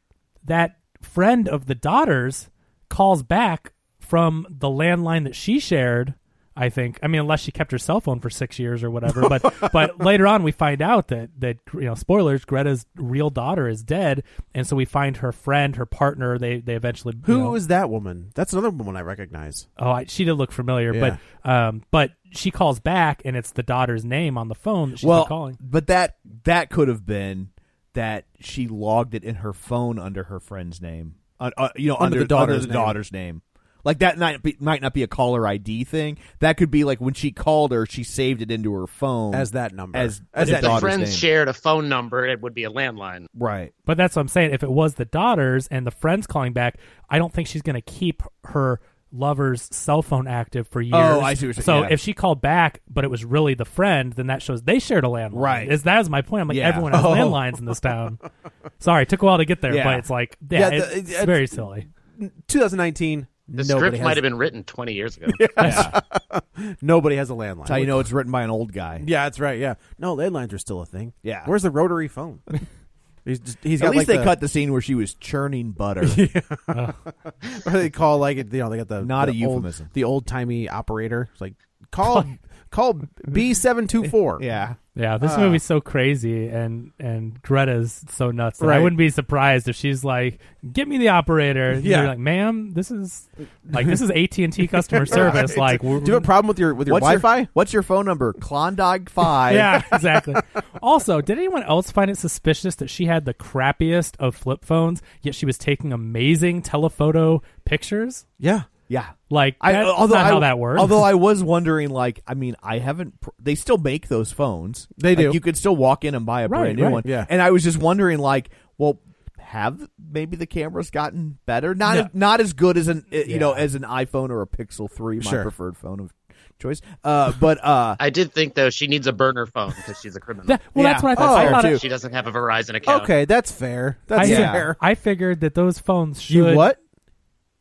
S2: that friend of the daughter's calls back from the landline that she shared. I think. I mean, unless she kept her cell phone for six years or whatever.
S3: [LAUGHS]
S2: But but later on, we find out that that you know, spoilers. Greta's real daughter is dead, and so we find her friend, her partner. They they eventually you
S3: Who is
S2: know,
S3: that woman? That's another woman I recognize.
S2: Oh, I, she did look familiar, but um, but she calls back, and it's the daughter's name on the phone that she's
S1: Well,
S2: been calling.
S1: but that that could have been that she logged it in her phone under her friend's name. Uh, uh, you know,
S3: Under
S1: under,
S3: the daughter's
S1: under the
S3: name.
S1: daughter's name. Like that might be, might not be a caller ID thing. That could be like when she called her, she saved it into her phone
S3: As that number.
S1: as as
S4: If
S3: As that
S1: that
S4: the
S3: daughter's
S4: friends
S1: name.
S4: shared a phone number, it would be a landline.
S1: right.
S2: But that's what I'm saying. If it was the daughter's and the friend's calling back, I don't think she's going to keep her lover's cell phone active for years.
S1: Oh, I see what you're saying,
S2: So
S1: yeah.
S2: if she called back, but it was really the friend, then that shows they shared a landline.
S1: Right.
S2: Is that is my point? I'm like
S1: Yeah.
S2: everyone
S1: [LAUGHS]
S2: has
S1: Oh.
S2: landlines in this town. Sorry, it took a while to get there,
S1: Yeah.
S2: but it's like yeah,
S3: Yeah,
S2: it's,
S3: the-
S2: it's
S3: it's-
S2: very silly.
S3: 2019.
S4: The
S3: nobody
S4: script
S3: has,
S4: might have been written 20 years ago.
S3: Nobody has a
S1: That's how you
S3: landline.
S1: know it's written by an old guy.
S3: Yeah, that's right. Yeah, no landlines are still a thing.
S1: Yeah.
S3: where's the
S1: [LAUGHS]
S3: rotary phone? he's just, he's
S1: At
S3: got
S1: least
S3: like
S1: they
S3: the,
S1: cut the scene where she was churning
S3: [LAUGHS]
S1: butter. [LAUGHS]
S3: or they call like it. You know, they got the
S1: Not
S3: the
S1: a
S3: old-
S1: euphemism.
S3: the old timey operator. It's like call call B seven two four.
S1: [LAUGHS] yeah.
S2: Yeah, this
S3: Ah.
S2: movie's so crazy, and and Greta's so nuts. That I
S3: Right.
S2: wouldn't be surprised if she's like, "Get me the operator." And
S3: Yeah.
S2: you're like, "Ma'am, this is like this is AT
S3: [LAUGHS]
S2: and T customer service. Like, we're,
S3: do you have a problem with your with your
S1: what's
S3: Wi-Fi?
S1: Your, what's your phone number? Klondike Five.
S2: yeah, exactly." also, did anyone else find it suspicious that she had the crappiest of flip phones, yet she was taking amazing telephoto pictures?
S3: yeah,
S1: yeah.
S2: Like, that's not how that works.
S1: Although I was wondering, like, I mean, I haven't. Pr- they still make those phones.
S3: They
S1: Like,
S3: do.
S1: You could still walk in and buy a
S2: Right,
S1: brand new
S2: right.
S1: one.
S3: Yeah.
S1: And I was just wondering, like, well, have maybe the camera's gotten better? Not
S2: Yeah.
S1: not as good as an uh, you know
S2: Yeah.
S1: as an iPhone or a Pixel Three, my
S3: Sure.
S1: preferred phone of choice. Uh, but uh,
S4: I did think though she needs a burner phone because she's a criminal.
S2: That- well, that's
S1: Yeah,
S2: what I thought.
S1: that's
S3: Oh,
S2: I
S1: fair
S2: thought it-
S1: too.
S4: she doesn't have a Verizon account.
S3: okay, that's fair.
S2: I,
S3: That's
S1: Yeah.
S3: fair.
S2: I figured that those phones should
S3: You what?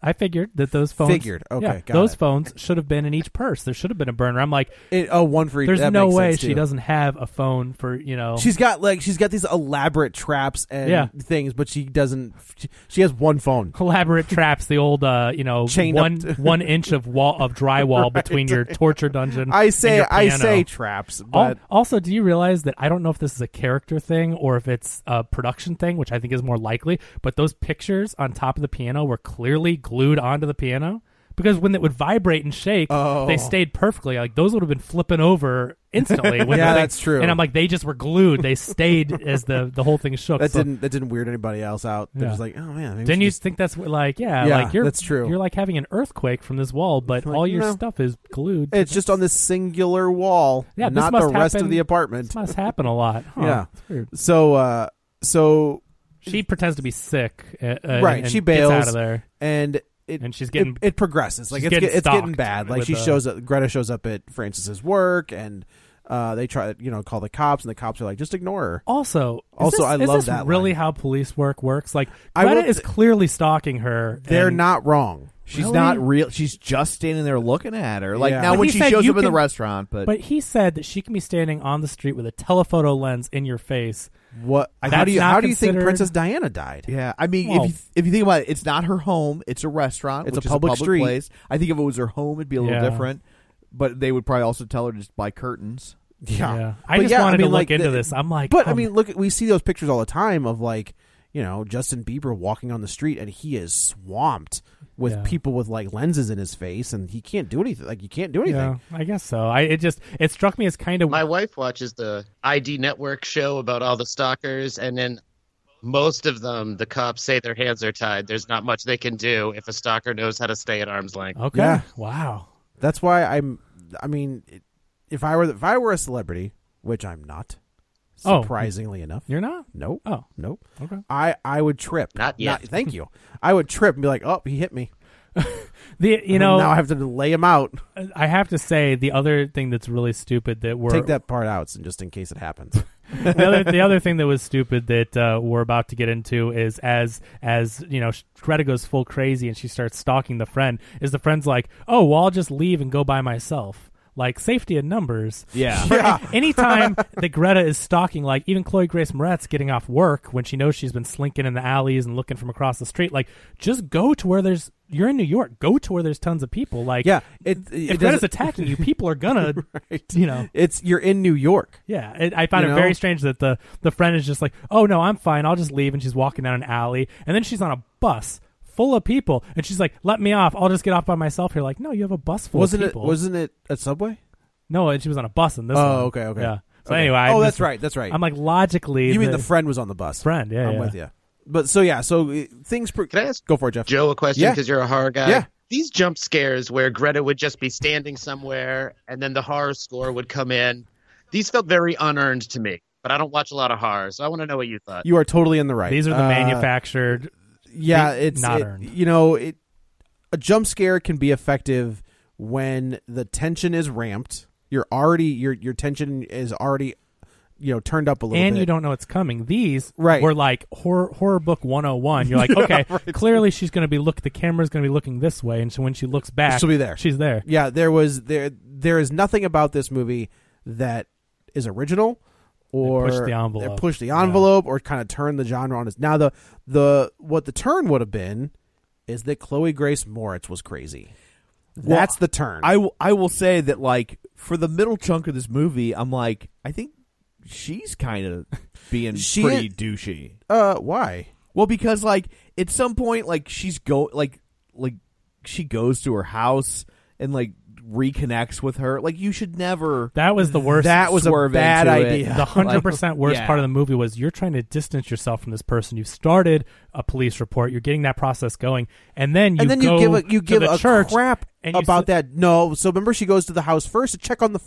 S2: I figured that those phones
S3: Figured. Okay,
S2: yeah,
S3: got
S2: those
S3: it.
S2: phones should have been in each purse. There should have been a burner. I'm like,
S3: It, oh, one for each.
S2: there's
S3: that
S2: no
S3: makes
S2: way
S3: sense,
S2: she
S3: too.
S2: doesn't have a phone for you know.
S3: She's got like she's got these elaborate traps and
S2: Yeah.
S3: things, but she doesn't. She, she has
S2: [LAUGHS]
S3: one phone. [LAUGHS]
S2: Elaborate traps, the old uh, you know
S3: Chained up
S2: one
S3: to-
S2: one inch of wall of drywall
S3: [LAUGHS]
S2: between your torture dungeon.
S3: I
S2: and
S3: say
S2: your
S3: I
S2: piano.
S3: say traps,
S2: Al- [LAUGHS]
S3: but
S2: also, do you realize that I don't know if this is a character thing or if it's a production thing, which I think is more likely, but those pictures on top of the piano were clearly glued onto the piano because when it would vibrate and shake, they
S3: Oh.
S2: stayed perfectly. Like those would have been flipping over
S3: [LAUGHS]
S2: instantly. when the
S3: Yeah,
S2: thing-
S3: that's true.
S2: And I'm like, they just were glued. They stayed as the, the whole thing shook.
S3: that
S2: So
S3: didn't that didn't weird anybody else out. They're
S2: Yeah.
S3: just like, oh man, maybe
S2: Didn't
S3: she
S2: you
S3: just-
S2: think that's what- like yeah,
S3: Yeah,
S2: like you're
S3: that's true.
S2: You're like having an earthquake from this wall, but
S3: Like,
S2: all your
S3: no.
S2: stuff is glued. to
S3: It's just on this singular wall,
S2: Yeah, this
S3: not the
S2: must
S3: rest
S2: happen-
S3: of the
S2: this
S3: apartment.
S2: must happen a lot. Huh.
S3: Yeah.
S2: It's weird.
S3: So, uh, so
S2: She pretends to be sick. Uh, uh,
S3: Right,
S2: and
S3: she
S2: gets out
S3: bails.
S2: of there.
S3: and it
S2: And she's getting-
S3: it, it progresses like
S2: she's
S3: it's
S2: getting
S3: get- it's getting
S2: stalked
S3: bad. Like
S2: with
S3: she
S2: the-
S3: shows up, Greta shows up at Francis's work, and uh, they try you know call the cops, and the cops are like, just ignore her.
S2: Also, is
S3: Also,
S2: this-
S3: I
S2: is
S3: love
S2: this
S3: that
S2: Really,
S3: line.
S2: how police work works? Like
S3: I
S2: Greta
S3: will
S2: is
S3: t-
S2: clearly stalking her.
S3: They're
S2: and-
S3: not wrong.
S1: she's
S2: Really?
S1: not real. She's just standing there looking at her. Like
S3: Yeah.
S1: now
S3: But
S1: when
S2: he
S1: she
S2: said
S1: shows
S2: you
S1: up in the
S2: can-
S1: restaurant, but,
S2: But he said that she can be standing on the street with a telephoto lens in your face.
S3: What? how
S2: That's
S3: do you
S2: not
S3: how do you think
S2: considered-
S3: Princess Diana died?
S1: Yeah, I mean,
S2: Well-
S1: if you, if you think about it, it's not her home; it's a restaurant.
S3: It's
S1: which
S3: a
S1: is
S3: public street.
S1: place. I think if it was her home, it'd be a little
S2: Yeah.
S1: different. But they would probably also tell her to just buy curtains.
S3: Yeah.
S2: I
S3: But
S2: just
S3: yeah,
S2: wanted
S3: I mean,
S2: to look
S3: like,
S2: into
S3: the-
S2: this. I'm like,
S3: But I
S2: um,
S3: mean, look, we see those pictures all the time of like, you know, Justin Bieber walking on the street and he is swamped with
S2: Yeah.
S3: people with like lenses in his face and he can't do anything. Like, you can't do anything.
S2: yeah, I guess so. I it just it struck me as kind of
S4: My wife watches the ID Network show about all the stalkers, and then most of them, the cops say their hands are tied. There's not much they can do if a stalker knows how to stay at arm's length.
S2: okay.
S3: Yeah.
S2: Wow.
S3: That's why I'm. I mean, it- if I were if I were a celebrity, which I'm not,
S2: Oh.
S3: surprisingly enough,
S2: You're not.
S3: nope,
S2: Oh.
S3: nope. [LAUGHS]
S2: Okay.
S3: I I would trip.
S4: Not yet.
S3: thank you. I would trip and be like, oh, he hit me.
S2: The you
S3: And
S2: know
S3: [LAUGHS] now I have to lay him out.
S2: I have to say the other thing that's really stupid that we're
S3: Take that part out, and just in case it happens. [LAUGHS]
S2: the other the other thing that was stupid that uh, we're about to get into is as as you know Greta goes full crazy and she starts stalking the friend is the friend's like oh well I'll just leave and go by myself like safety in numbers
S1: Yeah.
S2: For- anytime that Greta is stalking like even Chloe Grace Moretz getting off work when she knows she's been slinking in the alleys and looking from across the street like just go to where there's you're in New York go to where there's tons of people like
S3: yeah, it.
S2: if
S3: it
S2: Greta's
S3: doesn't-
S2: attacking you people are
S3: [LAUGHS]
S2: gonna you know
S3: it's you're in New York.
S2: yeah, it, I found it
S3: You know?
S2: very strange that the the friend is just like, "Oh no, I'm fine. I'll just leave." And she's walking down an alley, and then she's on a bus full of people, and she's like, "Let me off. I'll just get off by myself here." Like, no, you have a bus full
S3: wasn't
S2: of
S3: it?
S2: people.
S3: Wasn't it at Subway?
S2: no, and she was on a bus in this.
S3: Oh,
S2: one.
S3: okay, okay.
S2: Yeah. So
S3: Okay.
S2: anyway, I
S3: Oh,
S2: just-
S3: that's right, that's right.
S2: I'm like logically,
S3: you mean the friend was on the bus?
S2: friend? Yeah,
S3: I'm
S2: yeah.
S3: with you. But so yeah, so uh, things. Pro-
S4: Can I ask
S3: Go for it, Jeff.
S4: Joe a question
S3: Uh, Yeah.
S4: because you're a horror guy?
S3: Yeah.
S4: These jump scares where Greta would just be standing somewhere and then the horror score would come in, these felt very unearned to me. But I don't watch a lot of horror, so I want to know what you thought.
S3: You are totally in the right.
S2: These are the
S3: Uh,
S2: manufactured.
S3: Yeah,
S2: They-
S3: it's
S2: not
S3: it-
S2: earned.
S3: You know, it a jump scare can be effective when the tension is ramped. You're already your your tension is already you know turned up a little
S2: And
S3: bit.
S2: you don't know it's coming. These
S3: Right.
S2: were like horror, horror book 101.
S3: [LAUGHS]
S2: You're like, okay, clearly she's going to be look. The camera's going to be looking this way, and so when she looks back,
S3: She'll be there.
S2: She's there.
S3: Yeah, there was there there is nothing about this movie that is original or
S2: pushed the envelope.
S3: push the envelope or kind of turn the genre on its now the the what the turn would have been is that Chloe Grace Moritz was crazy. That's the turn.
S1: I, w- I will say that like for the middle chunk of this movie, I'm like, I think she's kind
S3: [LAUGHS]
S1: of being
S3: She
S1: pretty
S3: is-
S1: douchey.
S3: Uh, why?
S1: Well, because like at some point, like she's go like like she goes to her house and like reconnects with her. Like you should never.
S2: That was the worst.
S3: That was a
S1: swerve
S3: bad
S1: into it.
S3: [LAUGHS] idea.
S2: the hundred percent worst
S1: yeah.
S2: part of the movie was you're trying to distance yourself from this person. You've started a police report. You're getting that process going, and then you
S3: and then
S2: go
S3: you give a you
S2: to
S3: give
S2: the
S3: a
S2: church
S3: crap
S2: and you
S3: about
S2: s-
S3: that. No, so remember she goes to the house first to check on the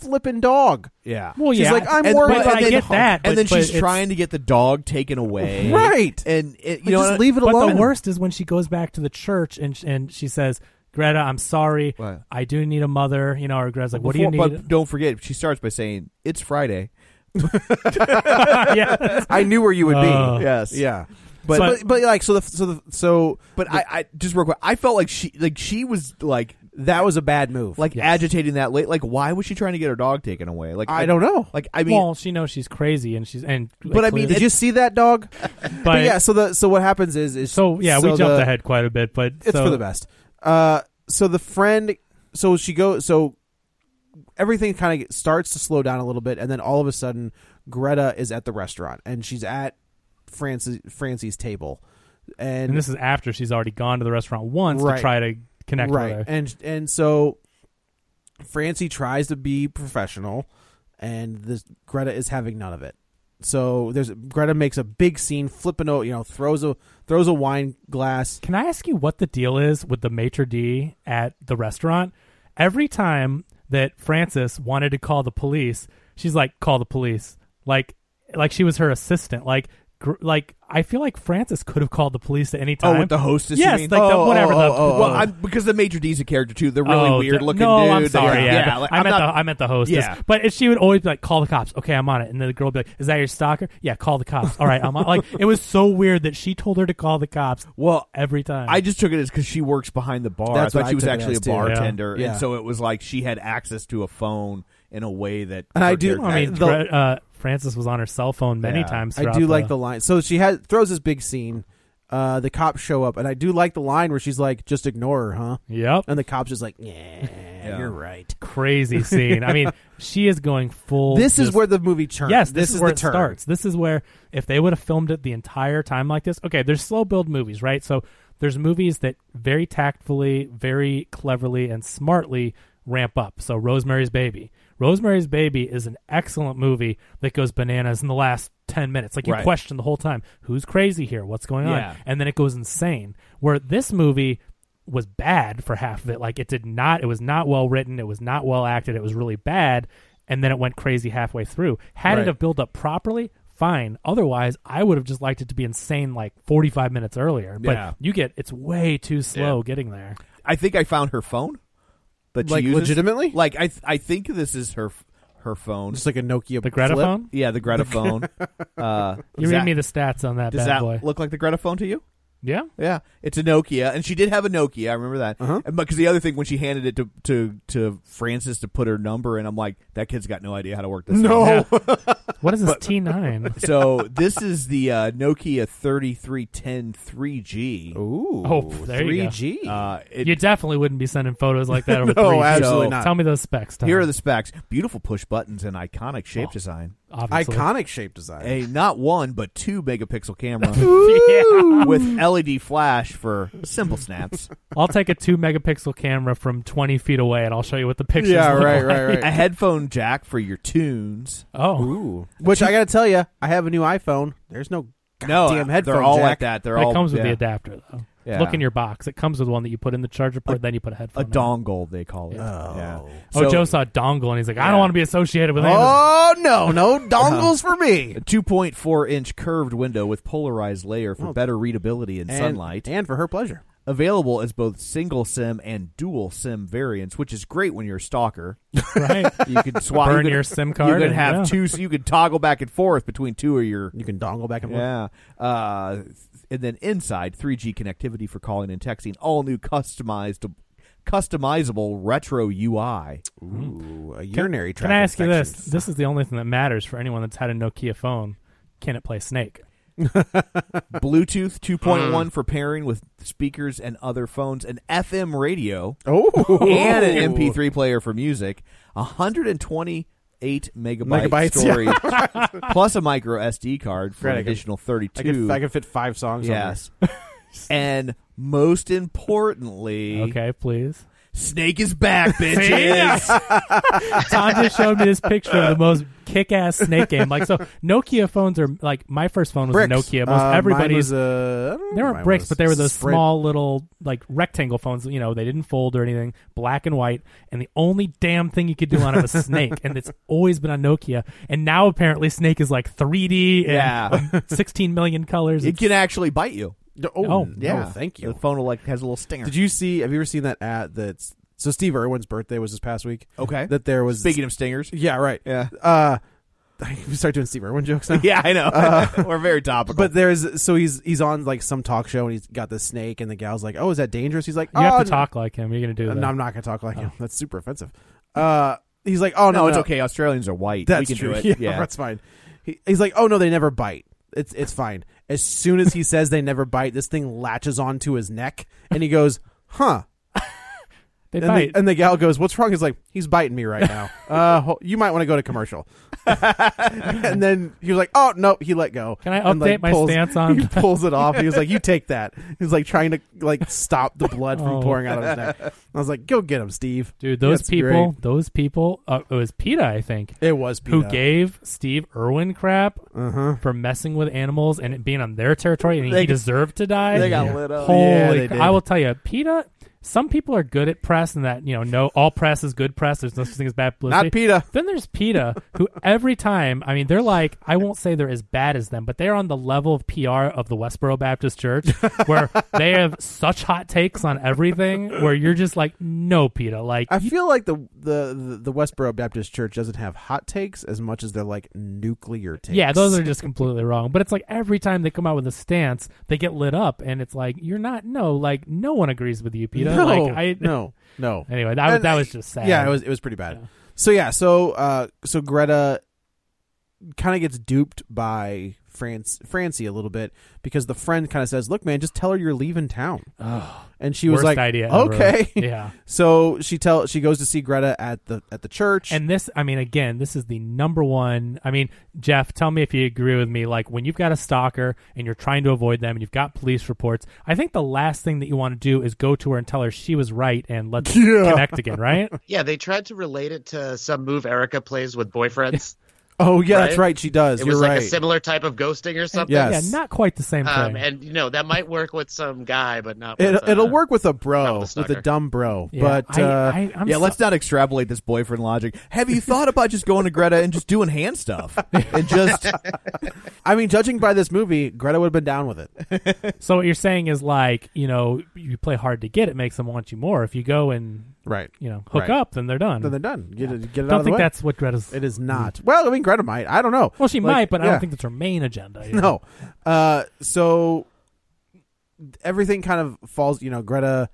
S3: flippin' dog.
S1: Yeah.
S2: Well,
S3: She's
S2: yeah,
S3: like, I'm
S2: and-
S3: worried
S2: but
S3: about
S2: I
S3: that
S2: get
S3: dog.
S2: that,
S1: and
S2: but-
S1: then
S2: but
S1: she's
S2: it's-
S1: trying to get the dog taken away.
S3: Right.
S1: And it, you
S3: Like,
S1: know,
S3: just leave it
S2: but
S3: alone.
S2: the worst is when she goes back to the church and sh- and she says, "Greta, I'm sorry.
S1: What?
S2: I do need a mother." You know, or Greta's like, "What do you
S1: Before-
S2: need?"
S1: But don't forget, she starts by saying, "It's Friday."
S2: [LAUGHS]
S3: [LAUGHS]
S2: yeah.
S1: I knew where you would
S2: Oh.
S1: be. Yes.
S3: Yeah.
S1: But-
S3: But, but but like so the so the so
S1: But I, I just real quick, I felt like she like she was like
S3: that was a bad move.
S1: like agitating that late. Like, why was she trying to get her dog taken away? Like,
S3: I don't know.
S1: Like, I mean,
S2: well, she knows she's crazy, and she's and
S1: But I mean,
S3: did you see that dog?
S2: but,
S3: But yeah, so the so what happens is is
S2: so yeah, we
S3: so
S2: jumped
S3: the-
S2: ahead quite a bit, but
S3: It's
S2: so-
S3: for the best. Uh, so the friend, so she goes, so everything kind of starts to slow down a little bit, and then all of a sudden, Greta is at the restaurant, and she's at Francis Francie's table, and,
S2: And this is after she's already gone to the restaurant once
S3: Right.
S2: to try to connect
S3: right,
S2: with her.
S3: and and so Francie tries to be professional, and this Greta is having none of it. So there's Greta makes a big scene, flipping out, you know, throws a throws a wine glass.
S2: Can I ask you what the deal is with the maitre d at the restaurant? Every time that Frances wanted to call the police, she's like, "Call the police!" Like, like she was her assistant. Like, gr- like I feel like Frances could have called the police at any
S1: oh,
S2: time.
S1: with the hostess,
S2: yes,
S1: you mean?
S2: like the,
S1: Oh,
S2: whatever.
S1: oh,
S2: the,
S1: oh, oh, well, I'm, because the major D's a character too. They're really
S2: Oh,
S1: weird
S2: the-
S1: looking.
S2: No,
S1: dude.
S2: I'm sorry.
S1: They-
S2: Yeah,
S1: yeah. like,
S2: I
S1: I'm
S2: meant
S1: not-
S2: the I meant the hostess.
S1: Yeah.
S2: But if she would always be like, "Call the cops." Okay, I'm on it. And then the girl would be like, "Is that your stalker?" Yeah, call the cops. All right, I'm on. like, it was so weird that she told her to call the cops.
S1: Well,
S2: every time.
S1: I just took it as because she works behind the bar.
S3: That's
S1: I
S3: what
S1: thought
S3: I
S1: she was
S3: took it
S1: actually a
S3: as, too. Yeah.
S1: bartender,
S3: Yeah.
S1: and so it was like she had access to a phone in a way that.
S3: And I
S1: her
S3: do-
S1: character-
S2: I mean,
S3: The-
S2: Gre- uh, Francis was on her cell phone many
S1: Yeah.
S2: times.
S3: I
S2: throughout
S3: do like the line. So she has throws this big scene. Uh, the cops show up, and I do like the line where she's like, "Just ignore her, huh?" [LAUGHS]
S2: Yep,
S3: And the cops just like,
S2: [LAUGHS]
S3: "Yeah, you're right."
S2: crazy scene. I
S3: [LAUGHS]
S2: mean, she is going full.
S3: This is
S2: just-
S3: where the movie turns.
S2: Yes, this, is, where
S3: the
S2: it
S3: turn.
S2: starts. This is where if they would have filmed it the entire time like this. Okay, there's slow build movies, right? So there's movies that very tactfully, very cleverly, and smartly ramp up. So Rosemary's Baby. Rosemary's Baby is an excellent movie that goes bananas in the last 10 minutes. Like you
S1: Right.
S2: question the whole time, who's crazy here? What's going on?
S1: Yeah.
S2: And then it goes insane. Where this movie was bad for half of it. Like it did not it was not well written, it was not well acted, it was really bad, and then it went crazy halfway through. Had it
S3: Right.
S2: have built up properly, fine. Otherwise, I would have just liked it to be insane like 45 minutes earlier. But
S1: Yeah.
S2: you get it's way too slow getting there.
S1: I think I found her phone. That she
S3: Like,
S1: uses.
S3: legitimately?
S1: Like I, th- I think this is her, f- her phone.
S3: Just like a Nokia.
S2: The Greta
S3: flip.
S2: phone?
S1: Yeah, the Greta phone. uh,
S2: You
S1: does
S2: read
S1: that-
S2: me the stats on that
S1: Does
S2: bad
S1: that
S2: boy.
S1: look like the Greta phone to you?
S2: yeah.
S1: Yeah, it's a Nokia, and she did have a Nokia. I remember that.
S3: Uh-huh.
S1: And because the other thing, when she handed it to, to to Francis to put her number, in, I'm like, that kid's got no idea how to work this.
S3: No. [LAUGHS]
S1: phone. [LAUGHS]
S2: Yeah. what is this T9?
S1: So this is the uh, Nokia 3310 3G.
S3: Ooh,
S2: Oh, there you go.
S3: 3G.
S1: Uh, it-
S2: you definitely wouldn't be sending photos like
S1: [LAUGHS]
S2: that over
S3: No,
S2: 3G.
S3: absolutely not.
S2: Tell me those specs. Tom.
S1: here are the specs: beautiful push buttons and iconic
S3: Oh.
S1: shape design.
S2: Obviously.
S3: Iconic shape design.
S1: A not one but two megapixel camera
S2: [LAUGHS]
S3: [LAUGHS]
S2: Yeah.
S1: with LED flash for simple snaps.
S2: I'll take a two megapixel camera from 20 feet away and I'll show you what the pictures
S3: [LAUGHS] Yeah,
S2: look
S3: right,
S2: like.
S3: right, right.
S1: a headphone jack for your tunes.
S2: Oh.
S3: Ooh, which I gotta tell you, I have a new iPhone. There's no
S1: No,
S3: goddamn headphone.
S1: they're all
S3: jack.
S1: like that. They're
S2: But
S1: all
S2: it comes with
S1: yeah.
S2: the adapter, though.
S1: Yeah.
S2: Look in your box. It comes with one that you put in the charger port, then you put a
S1: a
S2: headphone. in.
S1: dongle they call it. Yeah.
S2: Oh,
S1: So,
S2: Joe saw a dongle and he's like, I don't want to be associated with any of this.
S3: Oh no, no dongles for me.
S2: [LAUGHS]
S1: a 2.4 inch curved window with polarized layer for better readability in
S3: And-
S1: sunlight.
S3: and for her pleasure.
S1: Available as both single SIM and dual SIM variants, which is great when you're a stalker.
S2: Right?
S1: You
S2: [LAUGHS]
S1: could swap
S2: Burn
S1: you could-
S2: your SIM card
S1: You could
S2: and-
S1: have
S2: yeah.
S1: two. So you could toggle back and forth between two of your.
S3: You can dongle back and forth.
S1: Yeah. Uh, th- and then inside 3G connectivity for calling and texting. All new customized, customizable retro UI.
S3: Ooh, a urinary tract.
S2: Mm. Can I ask you this?
S3: infection.
S2: This is the only thing that matters for anyone that's had a Nokia phone. Can it play Snake?
S1: Bluetooth 2.1 for pairing with speakers and other phones, an FM radio,
S3: Oh,
S1: and an MP3 player for music. 120 eight megabyte
S3: Megabytes,
S1: storage
S3: [LAUGHS]
S1: plus a micro SD card for
S3: Right, I
S1: an
S3: could-
S1: additional thirty
S3: I could,
S1: two.
S3: I could fit five songs. on there.
S1: [LAUGHS] Yes. and most importantly,
S2: Okay, please.
S1: Snake is
S3: [LAUGHS]
S1: back, bitches.
S2: [LAUGHS] Tom just showed me this picture of the most kick-ass snake game. Like so, Nokia phones are like my first phone was
S3: bricks.
S2: a Nokia. Most
S3: Uh, mine
S2: everybody's
S3: was, uh, I don't
S2: they
S3: know what
S2: weren't
S3: mine
S2: bricks,
S3: was.
S2: but they were those
S3: Sprint.
S2: small little like rectangle phones. You know, they didn't fold or anything, black and white. And the only damn thing you could do on it was Snake, and
S3: [LAUGHS]
S2: it's always been on Nokia. And now apparently Snake is like 3D, and [LAUGHS]
S1: Yeah.
S2: 16 million colors.
S1: it can actually bite you.
S3: Oh,
S2: Oh,
S3: yeah.
S1: Yeah,
S3: thank you.
S1: The phone will, like has a little stinger.
S3: Did you see? Have you ever seen that ad? That's so Steve Irwin's birthday was this past week.
S1: Okay.
S3: That there was.
S1: Speaking of stingers,
S3: yeah. Right.
S1: Yeah.
S3: Uh, we start doing Steve Irwin jokes now.
S1: yeah, I know. [LAUGHS] We're very topical.
S3: But there's so he's he's on like some talk show and he's got the snake and the gal's like, oh, is that dangerous? He's like,
S2: you
S3: oh,
S2: have to talk like him. You're gonna do
S3: No,
S2: that.
S3: I'm not gonna talk like him. That's super offensive. Uh, he's like, oh no,
S1: Oh. no, it's okay. Australians are white.
S3: That's
S1: we can
S3: true.
S1: do it.
S3: [LAUGHS] Yeah, that's fine. He, he's like, oh no, they never bite. It's it's fine. As soon as he says they never bite, this thing latches onto his neck, and he goes, huh.
S2: They
S3: And
S2: bite.
S3: the, and the gal goes, "What's wrong?" He's like, "He's biting me right
S2: [LAUGHS]
S3: now. Uh, ho- you might want to go to commercial." [LAUGHS] and then he was like, "Oh no!" He let go.
S2: Can I
S3: And, like,
S2: update my
S3: pulls- [LAUGHS]
S2: stance on- [LAUGHS]
S3: He pulls it off. He was like, "You take that." He was like trying to like stop the blood from
S2: Oh.
S3: pouring out of his neck. I was like, "Go get him, Steve."
S2: Dude, those
S3: That's
S2: people, those people. Uh, it was PETA, I think.
S3: great. It was
S2: who
S3: PETA.
S2: gave Steve Irwin crap for messing with animals and it being on their territory, and
S1: They-
S2: he deserved to die.
S1: they got Yeah. lit up.
S2: Holy!
S3: Yeah, they
S2: cr-
S3: did.
S2: I will tell you, PETA. Some people are good at press, and that you know, no, all press is good press. There's no such thing as bad publicity.
S3: Not PETA.
S2: Then there's PETA, who every time, I mean, they're like, I won't say they're as bad as them, but they're on the level of PR of the Westboro Baptist Church, where they have such hot takes on everything, where you're just like, no, PETA, like
S3: I feel like the, the the the Westboro Baptist Church doesn't have hot takes as much as they're like nuclear takes.
S2: Yeah, those are just completely wrong. But it's like every time they come out with a stance, they get lit up, and it's like you're not no like no one agrees with you, Peter.
S3: no,
S2: like, I,
S3: [LAUGHS]
S2: [LAUGHS]
S3: no, no.
S2: Anyway, that was
S3: And
S2: that
S3: I-
S2: was just sad.
S3: Yeah, it was it was pretty bad. So yeah, so uh, so Greta kind of gets duped by France Francie a little bit because the friend kind of says, "Look, man, just tell her you're leaving town." and she was
S2: worst
S3: like,
S2: idea. ever.
S3: [LAUGHS] "Okay."
S2: [LAUGHS] Yeah.
S3: So she tell she goes to see Greta at the at the church.
S2: And this, I mean, again, this is the number one. I mean, Jeff, tell me if you agree with me. Like, when you've got a stalker and you're trying to avoid them and you've got police reports, I think the last thing that you want to do is go to her and tell her she was right and let's connect again, right?
S4: Yeah, they tried to relate it to some move Erica plays with boyfriends.
S3: oh yeah, that's
S4: Right?
S3: right. She does.
S4: it
S3: you're
S4: was like
S3: right.
S4: a similar type of ghosting or something.
S3: Yes.
S2: Yeah, not quite the same
S4: Um,
S2: thing.
S4: and you know that might work with some guy, but not.
S3: it,
S4: with, uh,
S3: it'll work with a
S4: not
S3: bro,
S4: with a
S3: with a
S4: stalker.
S3: dumb bro.
S2: Yeah,
S3: but
S2: I-
S3: uh,
S2: I- I'm
S1: yeah,
S2: so-
S1: let's not extrapolate this boyfriend logic. Have you thought about just going to Greta and just doing hand stuff and just
S3: I mean, judging by this movie, Greta would have been down with it.
S2: So what you're saying is like, you know, you play hard to get, it makes them want you more. If you go and
S3: Right.
S2: you know hook
S3: Right.
S2: up, then they're done.
S3: Then they're done. Get it, get it out
S2: don't
S3: of the
S2: think
S3: way.
S2: that's what Greta's.
S3: It is not. Well, I mean, Greta might. I don't know.
S2: Well, she
S3: Like,
S2: might, but I
S3: yeah. [LAUGHS]
S2: don't think that's her main agenda. you know?
S3: No. Uh, so everything kind of falls. You know, Greta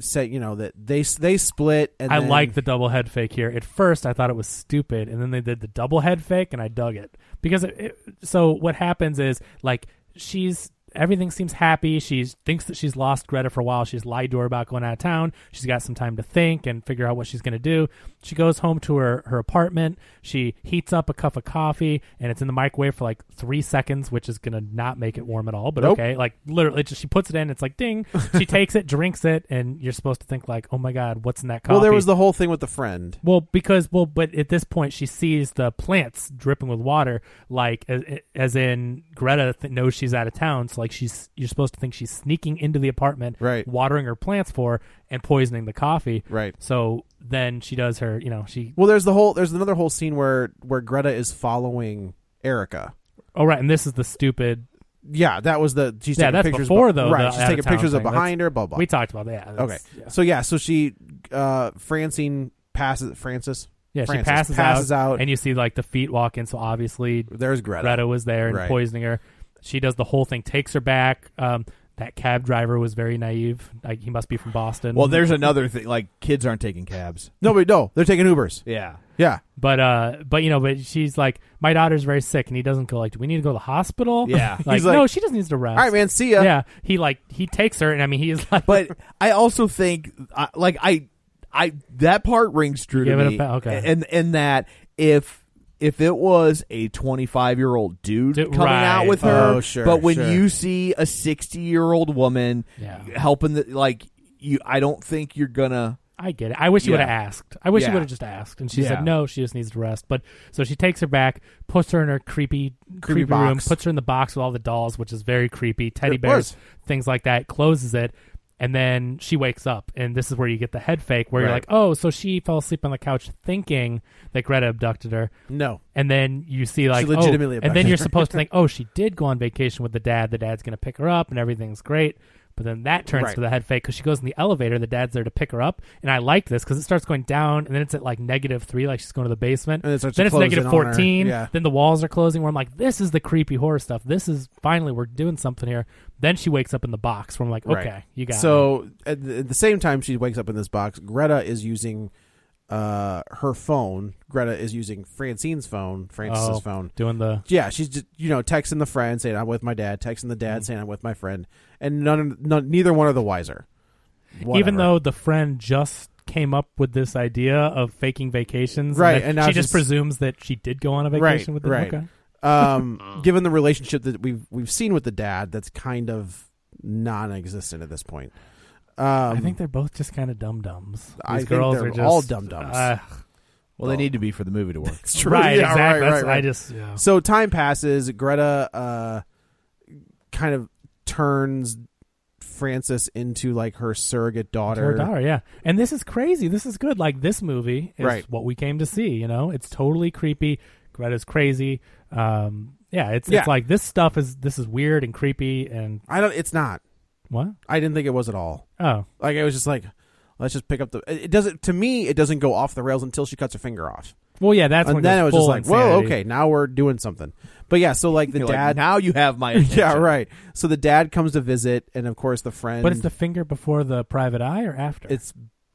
S3: said, you know, that they they split. And
S2: I
S3: then-
S2: like the double head fake here. At first, I thought it was stupid, and then they did the double head fake, and I dug it because. It, it, so what happens is like she's everything seems happy. She thinks that she's lost Greta for a while. She's lied to her about going out of town. She's got some time to think and figure out what she's going to do. She goes home to her her apartment. She heats up a cup of coffee, and it's in the microwave for like three seconds, which is going to not make it warm at all. But
S3: Nope.
S2: okay, like literally, it's just, she puts it in. It's like ding. She [LAUGHS] takes it, drinks it, and you're supposed to think like, oh my god, what's in that coffee?
S3: Well, there was the whole thing with the friend.
S2: Well, because well, but at this point she sees the plants dripping with water, like as, as in Greta th- knows she's out of town, so like she's you're supposed to think she's sneaking into the apartment,
S3: Right.
S2: watering her plants for her and poisoning the coffee,
S3: Right.
S2: So then she does her, you know, she
S3: Well, there's the whole. There's another whole scene where where Greta is following Erica.
S2: oh right, and this is the stupid.
S3: Yeah, that was the. She's
S2: Yeah,
S3: taking
S2: that's
S3: pictures
S2: before,
S3: be-
S2: though,
S3: Right,
S2: the
S3: she's taking
S2: out-of-town
S3: pictures of
S2: thing.
S3: behind
S2: That's-
S3: her. Blah blah.
S2: We talked about that.
S3: okay,
S2: That's- yeah.
S3: so yeah, so she, uh, Francine passes Francis.
S2: Yeah,
S3: Frances
S2: she passes,
S3: passes out,
S2: and you see like the feet walk in. So obviously
S3: there's Greta.
S2: Greta was there and
S3: Right.
S2: poisoning her. She does the whole thing, takes her back. Um, that cab driver was very naive. Like he must be from Boston.
S1: Well, there's another thing like kids aren't taking cabs.
S3: No, but no, they're taking Ubers.
S1: Yeah.
S3: Yeah,
S2: but uh, but you know, but she's like, my daughter's very sick, and he doesn't go like, do we need to go to the hospital?
S1: Yeah.
S2: [LAUGHS] like,
S3: He's like,
S2: no, she just needs to rest.
S3: all right, man. See ya.
S2: Yeah, he like he takes her, and I mean, he is like,
S1: But I also think I- like I I that part rings true
S2: Give
S1: to
S2: it a
S1: me.
S2: pa- okay.
S1: And and that if if it was a 25 year old dude
S2: Dude,
S1: coming
S2: right.
S1: out with
S3: Oh,
S1: her,
S3: sure,
S1: but when
S3: sure.
S1: you see a 60 year old woman
S2: Yeah.
S1: helping, the, like you, I don't think you're gonna.
S2: I get it. I wish you would have
S1: Yeah.
S2: asked. I wish you
S1: Yeah.
S2: would have just asked. And she
S1: Yeah.
S2: said no. She just needs to rest. But so she takes her back, puts her in her creepy, creepy, room,
S3: box.
S2: puts her in the box with all the dolls, which is very creepy, teddy
S3: It
S2: bears,
S3: was.
S2: things like that. Closes it, and then she wakes up. And this is where you get the head fake, where you're
S3: Right.
S2: like, oh, so she fell asleep on the couch thinking that Greta abducted her.
S3: No.
S2: And then you see like, oh,
S3: legitimately
S2: and then
S3: abducted
S2: you're
S3: her.
S2: supposed to think, oh, she did go on vacation with the dad. The dad's going to pick her up, and everything's great. But then that turns
S3: Right.
S2: to the head fake because she goes in the elevator. The dad's there to pick her up, and I like this because it starts going down, and then it's at like negative three, like she's going to the basement.
S3: And it starts to
S2: then it's
S3: close
S2: negative
S3: in on her.
S2: fourteen.
S3: Yeah.
S2: Then the walls are closing. Where I'm like, this is the creepy horror stuff. This is finally we're doing something here. Then she wakes up in the box. Where I'm like, okay,
S3: Right.
S2: you got me.
S3: so at the, at the same time she wakes up in this box, Greta is using uh her phone. Greta is using Francine's phone, Francis's
S2: Oh,
S3: phone.
S2: doing the
S3: Yeah, she's just you know texting the friend saying I'm with my dad, texting the
S2: Mm-hmm.
S3: dad saying I'm with my friend, and none, none neither one are the wiser.
S2: even
S3: Whatever.
S2: though the friend just came up with this idea of faking vacations,
S3: Right,
S2: that
S3: and now
S2: she just
S3: she's-
S2: presumes that she did go on a vacation with them.
S3: right.
S2: Okay.
S3: um, given the relationship that we've we've seen with the dad, that's kind of non-existent at this point. Um,
S2: I think they're both just kind of dum dums.
S3: I think
S2: girls
S3: they're
S2: are just,
S3: all dum-dums.
S2: Uh,
S1: Well, they need to be for the movie to work.
S3: it's
S2: right,
S3: [LAUGHS] yeah,
S2: exactly.
S3: right,
S2: That's-
S3: right, right.
S2: I just yeah.
S3: so time passes. Greta uh, kind of turns Francis into like her surrogate daughter.
S2: Her daughter, yeah. And this is crazy. This is good. Like this movie is
S3: Right.
S2: what we came to see. You know, it's totally creepy. Greta's crazy. Um, yeah, it's
S3: Yeah.
S2: it's like this stuff is this is weird and creepy and
S3: I don't. It's not.
S2: what?
S3: I didn't think it was at all.
S2: Oh,
S3: Like I was just like, let's just pick up the. It it doesn't to me. It doesn't go off the rails until she cuts her finger off,
S2: well, yeah. That's when
S3: and then
S2: it
S3: I
S2: goes
S3: was just
S2: full
S3: like, whoa,
S2: insanity.
S3: okay, now we're doing something. But yeah, so like
S1: [LAUGHS]
S3: the
S1: You're like,
S3: dad.
S1: now you have my attention.
S3: [LAUGHS] yeah, right. So the dad comes to visit, and of course the friend.
S2: But it's the finger before the private eye or after?
S3: it's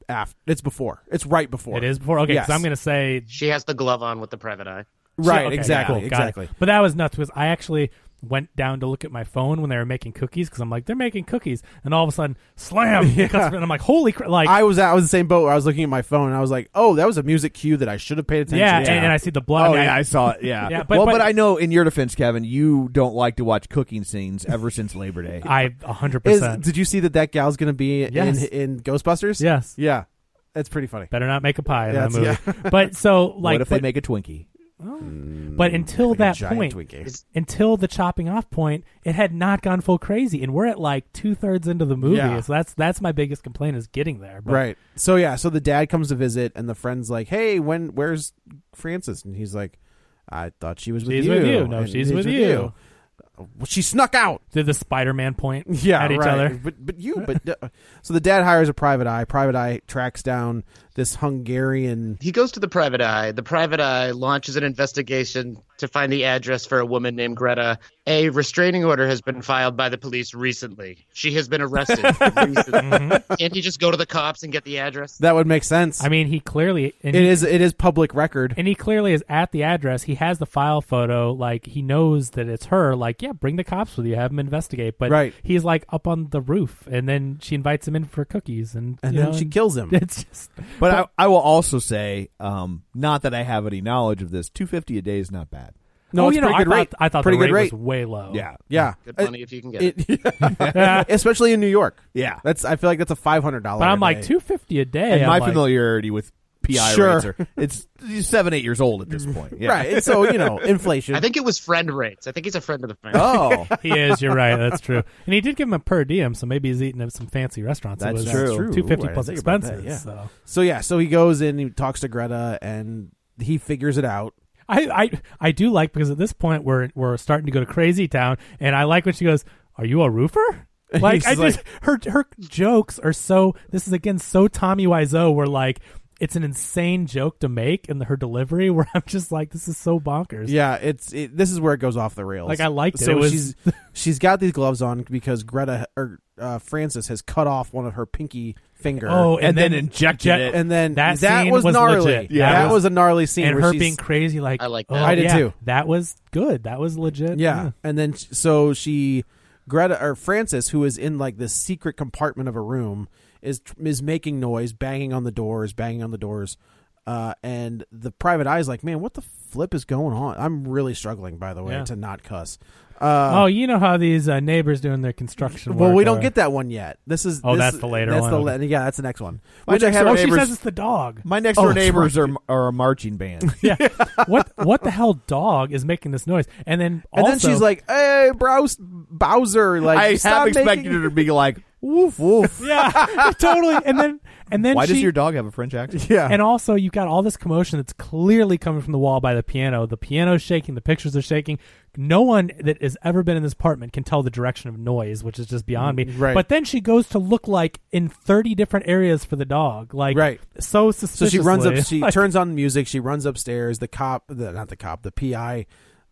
S3: after. It's before. It's right before.
S2: It is before. Okay,
S3: Yes.
S2: because I'm going to say
S4: She has the glove on with the private eye.
S3: right.
S2: Okay,
S3: exactly.
S2: cool, got it.
S3: exactly.
S2: But that was nuts because I actually went down to look at my phone when they were making cookies because I'm like they're making cookies and all of a sudden slam
S3: [LAUGHS] Yeah.
S2: it cuts- and I'm like holy crap like
S3: I was I was in the same boat. Where I was looking at my phone, and I was like, "Oh, that was a music cue that I should have paid attention."
S2: yeah and,
S3: to.
S2: and I see the blood
S1: Oh
S2: and
S1: yeah,
S2: I-
S1: I saw it. Yeah,
S2: [LAUGHS] Yeah, but-
S1: well,
S2: but-
S1: but, I know in your defense, Kevin, you don't like to watch cooking scenes ever since Labor Day.
S2: I a hundred
S3: Is,
S2: percent
S3: did you see that that gal's going to be
S2: Yes.
S3: in in Ghostbusters?
S2: yes
S3: yeah, that's pretty funny.
S2: better not make a pie in
S3: Yeah,
S2: that
S3: it's-
S2: movie [LAUGHS] but so like
S1: what if
S2: but,
S1: they make a Twinkie?
S2: but until that point
S3: Twinkie.
S2: until the chopping off point, it had not gone full crazy, and we're at like two thirds into the movie.
S3: Yeah.
S2: So that's that's my biggest complaint is getting there. But
S3: right. So yeah, so the dad comes to visit, and the friend's like, "Hey, when where's Francis?" And he's like, "I thought she was with
S2: She's
S3: you.
S2: with you. No,
S3: and
S2: she's with you.
S3: Well, she snuck out.
S2: Did the Spider Man point
S3: [LAUGHS] Yeah,
S2: at each
S3: right.
S2: other?
S3: But but you but uh, so the dad hires a private eye. Private eye tracks down this Hungarian.
S4: He goes to the private eye. The private eye launches an investigation to find the address for a woman named Greta. A restraining order has been filed by the police recently. She has been
S3: [LAUGHS]
S4: arrested recently. Can't he just go to the cops and get the address?
S3: That would make sense.
S2: I mean, he clearly and
S3: it
S2: he,
S3: is it is public record.
S2: and he clearly is at the address. He has the file photo. Like he knows that it's her. Like yeah, bring the cops with you. Have them investigate. But
S3: Right.
S2: he's like up on the roof, and then she invites him in for cookies, and
S3: and
S2: you
S3: then
S2: know,
S3: she
S2: and [LAUGHS]
S3: kills him.
S2: It's just
S1: But I, I will also say, um, not that I have any knowledge of this, two fifty a day is not bad.
S3: No,
S2: oh,
S3: it's
S2: you know,
S3: pretty
S2: I
S3: good
S2: thought
S3: rate.
S2: I thought
S3: pretty
S2: the
S3: good
S2: rate
S3: rate.
S2: was way low. [LAUGHS]
S3: yeah,
S4: Good
S3: Uh,
S4: money if you can get it.
S3: [LAUGHS] it- especially in New York.
S1: Yeah.
S3: that's. I feel like that's a five hundred dollar.
S2: But I'm like two fifty a day.
S1: and
S2: I'm
S1: my
S2: like,
S1: familiarity with PI
S3: Sure.
S1: rates are it's he's seven, eight years old at this point. Yeah.
S3: Right, and so
S2: [LAUGHS]
S3: you know inflation.
S4: I think it was friend rates. I think he's a friend of the family.
S1: [LAUGHS] Oh,
S2: He is. You're right. That's
S3: [LAUGHS]
S2: true. And he did give him a per diem, so maybe he's eating at some fancy restaurants.
S1: That's
S2: it
S1: true.
S2: Two
S3: Ooh, I
S2: fifty
S3: didn't
S2: plus
S3: think about
S2: expenses.
S3: that, yeah.
S2: So.
S3: so yeah, so he goes in, he talks to Greta, and he figures it out.
S2: I, I I do like because at this point we're we're starting to go to crazy town, and I like when she goes, "Are you a roofer?"
S3: And
S2: Like I
S3: he's
S2: just her her jokes are so. This is again so Tommy Wiseau. Where like it's an insane joke to make, and her delivery [LAUGHS] where I'm just like, this is so bonkers.
S3: Yeah, it's it, this is where it goes off the rails.
S2: Like, I liked it.
S3: So
S2: It was-
S3: she's she's got these gloves on because Greta or uh, Francis has cut off one of her pinky finger.
S2: Oh, and,
S1: And then injected it.
S3: and then
S2: that
S3: that,
S2: scene
S3: was
S2: was
S3: gnarly.
S2: legit.
S3: Yeah, that, was, a gnarly scene.
S2: and
S3: where
S2: her
S3: she's-
S2: being crazy. Like
S4: I like
S2: oh,
S4: that.
S3: I did
S2: yeah,
S3: too.
S2: That was good. That was legit.
S3: Yeah. And then sh- so she Greta or Francis who is in like this secret compartment of a room is is making noise, banging on the doors, banging on the doors. Uh, and the private eye's like, man, what the flip is going on? I'm really struggling, by the way,
S2: Yeah.
S3: to not cuss. Uh,
S2: oh, you know how these uh, neighbors doing their construction.
S3: well,
S2: work
S3: we don't
S2: are-
S3: get that one yet. This is
S2: Oh,
S3: this-
S2: that's the later
S3: that's
S2: one,
S3: the
S2: okay.
S3: la- yeah, that's the next one.
S1: My
S3: Which I
S1: next
S3: have
S1: door
S2: Oh,
S3: neighbors-
S2: she
S1: neighbors-
S2: says it's the dog.
S1: My next
S3: Oh,
S1: door
S3: that's
S1: neighbors are are a marching [LAUGHS] band.
S2: Yeah. what what the hell dog is making this noise? And then
S3: and
S2: also,
S3: then she's like, "Hey, Browse, Bowser!" Like,
S1: I
S3: stop
S1: have expected
S3: making-
S1: her to be like woof woof.
S2: [LAUGHS] yeah, totally. And then [LAUGHS] and then
S1: Why
S2: she,
S1: does your dog have a French accent?
S3: Yeah,
S2: And also, you've got all this commotion that's clearly coming from the wall by the piano. The piano's shaking, the pictures are shaking. No one that has ever been in this apartment can tell the direction of noise, which is just beyond me.
S3: Mm, Right.
S2: But then she goes to look like in 30 different areas for the dog. Like,
S3: Right.
S2: so
S3: so
S2: suspiciously.
S3: she runs up.
S2: [LAUGHS]
S3: She
S2: Like,
S3: turns on music. She runs upstairs. The cop, the, not the cop, the PI,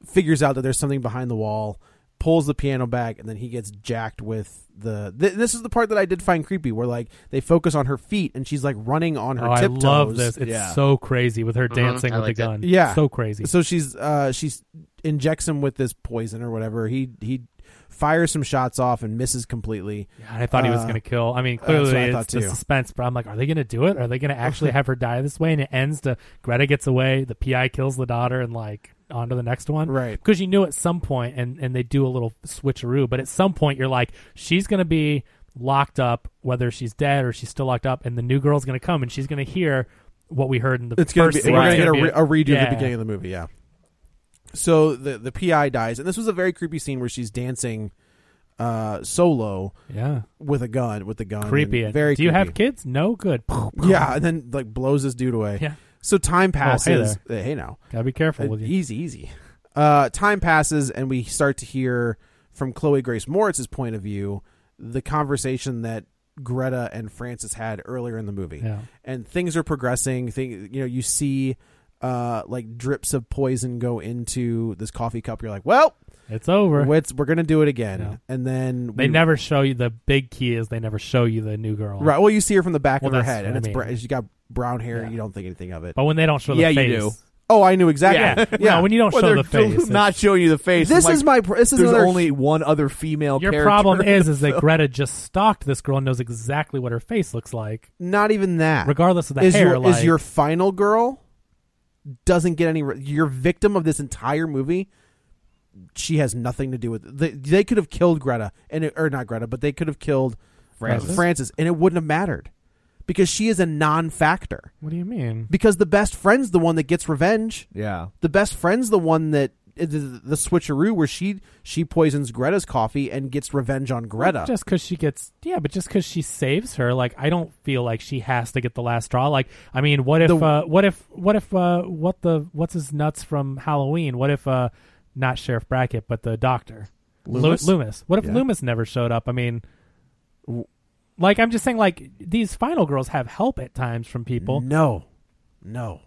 S3: figures out that there's something behind the wall. Pulls the piano back, and then he gets jacked with the. Th- this is the part that I did find creepy, where like they focus on her feet, and she's like running on her
S2: Oh, I
S3: tiptoes.
S2: love this. It's
S1: Yeah.
S2: so crazy with her dancing
S4: Mm-hmm. I
S2: with
S4: like
S2: the
S4: that.
S2: gun.
S3: Yeah.
S2: So crazy.
S3: So she's uh she's injects him with this poison or whatever. He he fires some shots off and misses completely.
S2: God, I thought he was
S3: Uh,
S2: going to kill. I mean,
S3: that's what
S2: clearly
S3: I
S2: it's
S3: thought
S2: the
S3: too.
S2: suspense, but I'm like, are they going to do it? Are they going to
S3: [LAUGHS]
S2: actually have her die this way? And it ends to Greta gets away, the PI kills the daughter, and like on to the next one.
S3: Right.
S2: Because you knew at some point, and, and they do a little switcheroo, but at some point you're like, she's going to be locked up, whether she's dead or she's still locked up, and the new girl's going to come and she's going to hear what we heard in the
S3: It's gonna
S2: first
S3: be,
S2: scene.
S3: we're gonna
S2: It's
S3: get a,
S2: gonna
S3: re-
S2: be-
S3: a redo of
S2: Yeah.
S3: the beginning of the movie. Yeah. So the the PI dies, and this was a very creepy scene where she's dancing uh solo
S2: Yeah.
S3: with a gun with the gun.
S2: Creepy.
S3: and Very.
S2: do you
S3: creepy.
S2: have kids? No.
S3: [LAUGHS]
S2: Good.
S3: Yeah, and then like blows this dude away.
S2: Yeah. Oh,
S3: So time
S2: hey
S3: passes. Uh, hey, now.
S2: Gotta be careful
S3: Uh,
S2: with you.
S3: Easy, easy. Uh, time passes, and we start to hear from Chloe Grace Moritz's point of view the conversation that Greta and Francis had earlier in the movie.
S2: Yeah.
S3: And things are progressing. Thing, you know, you see uh, like drips of poison go into this coffee cup. You're like, well,
S2: It's over.
S3: it's, we're gonna do it again.
S2: Yeah.
S3: And then
S2: They
S3: we-
S2: never show you the big key is they never show you the new girl.
S3: Right. Well, you see her from the back
S2: Well,
S3: of her
S2: that's
S3: head,
S2: what
S3: and
S2: I
S3: it's
S2: mean.
S3: bra- she got brown hair.
S2: Yeah.
S3: You don't think anything of it.
S2: But when they don't show the
S1: Yeah, you
S2: face.
S1: do.
S3: Oh, I knew exactly. [LAUGHS]
S2: Yeah.
S3: yeah.
S2: No, when you don't
S1: Well,
S2: show
S1: they're
S2: the face.
S1: still not showing you the face.
S3: this
S1: I'm
S3: is
S1: like,
S3: my. pr- This is
S1: There's
S3: another
S1: only one other female.
S2: your
S1: character.
S2: problem is is that Greta just stalked this girl and knows exactly what her face looks like.
S3: not even that.
S2: Regardless of the
S3: is
S2: hair,
S3: your, is
S2: like-
S3: your final girl doesn't get any. re- Your victim of this entire movie, she has nothing to do with. They, they could have killed Greta and it, or not Greta, but they could have killed
S2: Frances.
S3: Francis, and it wouldn't have mattered because she is a non-factor.
S2: What do you mean?
S3: Because the best friend's the one that gets revenge.
S1: [LAUGHS] yeah.
S3: The best friend's the one that uh, the, the switcheroo where she she poisons Greta's coffee and gets revenge on Greta.
S2: Just because she gets yeah, but just because she saves her, like I don't feel like she has to get the last straw. Like I mean, what if
S3: The-
S2: uh, what if what if uh, what the what's his nuts from Halloween? What if uh, not Sheriff Brackett, but the doctor Lu-
S3: Loomis?
S2: Loomis. What if
S3: Yeah.
S2: Loomis never showed up? I mean. Like I'm just saying, like these final girls have help at times from people.
S3: no, no.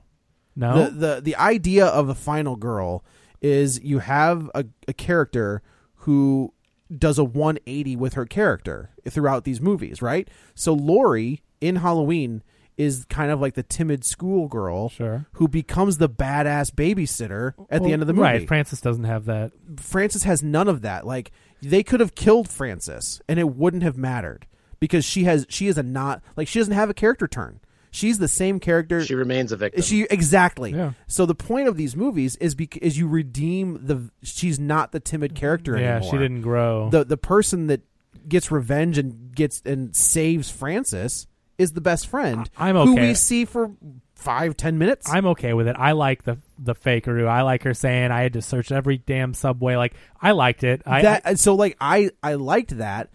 S2: No,
S3: Mm-hmm. The, the the idea of the final girl is you have a, a character who does a 180 with her character throughout these movies, right? So Lori in Halloween is kind of like the timid schoolgirl
S2: Sure.
S3: who becomes the badass babysitter at the
S2: Well,
S3: end of the movie.
S2: Right, Francis doesn't have that.
S3: Francis has none of that. Like they could have killed Francis and it wouldn't have mattered because she has she is a not like she doesn't have a character turn. She's the same character.
S4: She remains a victim.
S3: She exactly.
S2: Yeah.
S3: So the point of these movies is bec- is you redeem the she's not the timid character
S2: Yeah,
S3: anymore.
S2: she didn't grow.
S3: The the person that gets revenge and gets and saves Francis is the best friend.
S2: I- I'm
S3: Who
S2: okay.
S3: we see for five ten minutes.
S2: I'm okay with it. I like the the fakeroo. I like her saying I had to search every damn subway. Like I liked it. I,
S3: that
S2: I-
S3: and so like I I liked that,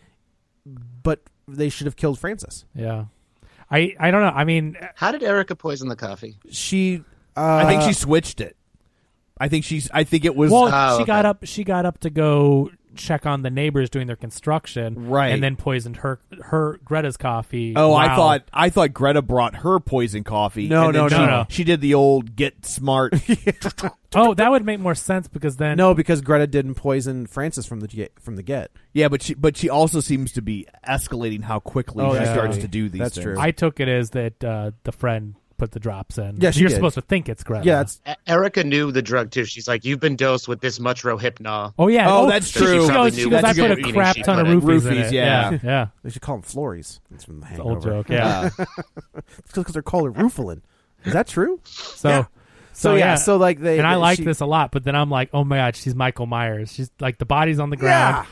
S3: but they should have killed Francis.
S2: yeah. I, I don't know. I mean,
S4: How did Erica poison the coffee?
S3: she uh,
S1: I think she switched it. I think she's. I think it was.
S2: well,
S4: Oh,
S2: she got
S4: okay.
S2: up. She got up to go check on the neighbors doing their construction,
S1: Right.
S2: And then poisoned her her Greta's coffee.
S1: oh, I
S2: Wow.
S1: thought. I thought Greta brought her poison coffee.
S3: No,
S1: and then
S3: no,
S1: she,
S2: no, no.
S1: She did the old get smart.
S2: Oh, that would make more sense because then
S3: [LAUGHS] no because Greta didn't poison Francis from the get, from the get.
S1: yeah, but she. But she also seems to be escalating how quickly
S3: Oh,
S1: she
S3: that's
S1: starts
S3: true.
S1: to do these.
S3: That's
S1: things.
S3: true.
S2: I took it as that uh, the friend put the drops in.
S3: Yeah, she
S2: you're
S3: did.
S2: supposed to think it's Greta.
S3: Yeah, that's
S4: E- Erica knew the drug too. She's like, "You've been dosed with this much Rohypnol."
S2: Oh yeah.
S1: Oh, that's
S2: she-
S1: true.
S2: She goes, she
S4: She
S2: goes I
S1: probably
S2: put
S1: knew
S2: a
S1: what
S4: she
S2: crap
S4: put
S2: ton of
S4: in it."
S2: roofies, in
S1: Roofies,
S2: it.
S1: yeah.
S2: yeah, yeah.
S3: they should call them Flories. It's from the [LAUGHS]
S1: [LAUGHS]
S2: It's an old
S3: Hangover.
S2: joke. Yeah,
S1: Uh,
S3: because they're called her Rufalin. Is that true?
S2: So.
S3: Yeah. So, yeah, so like they
S2: and I
S3: they-
S2: like
S3: she-
S2: this a lot, but then I'm like, oh my god, she's Michael Myers. She's like the body's on the ground.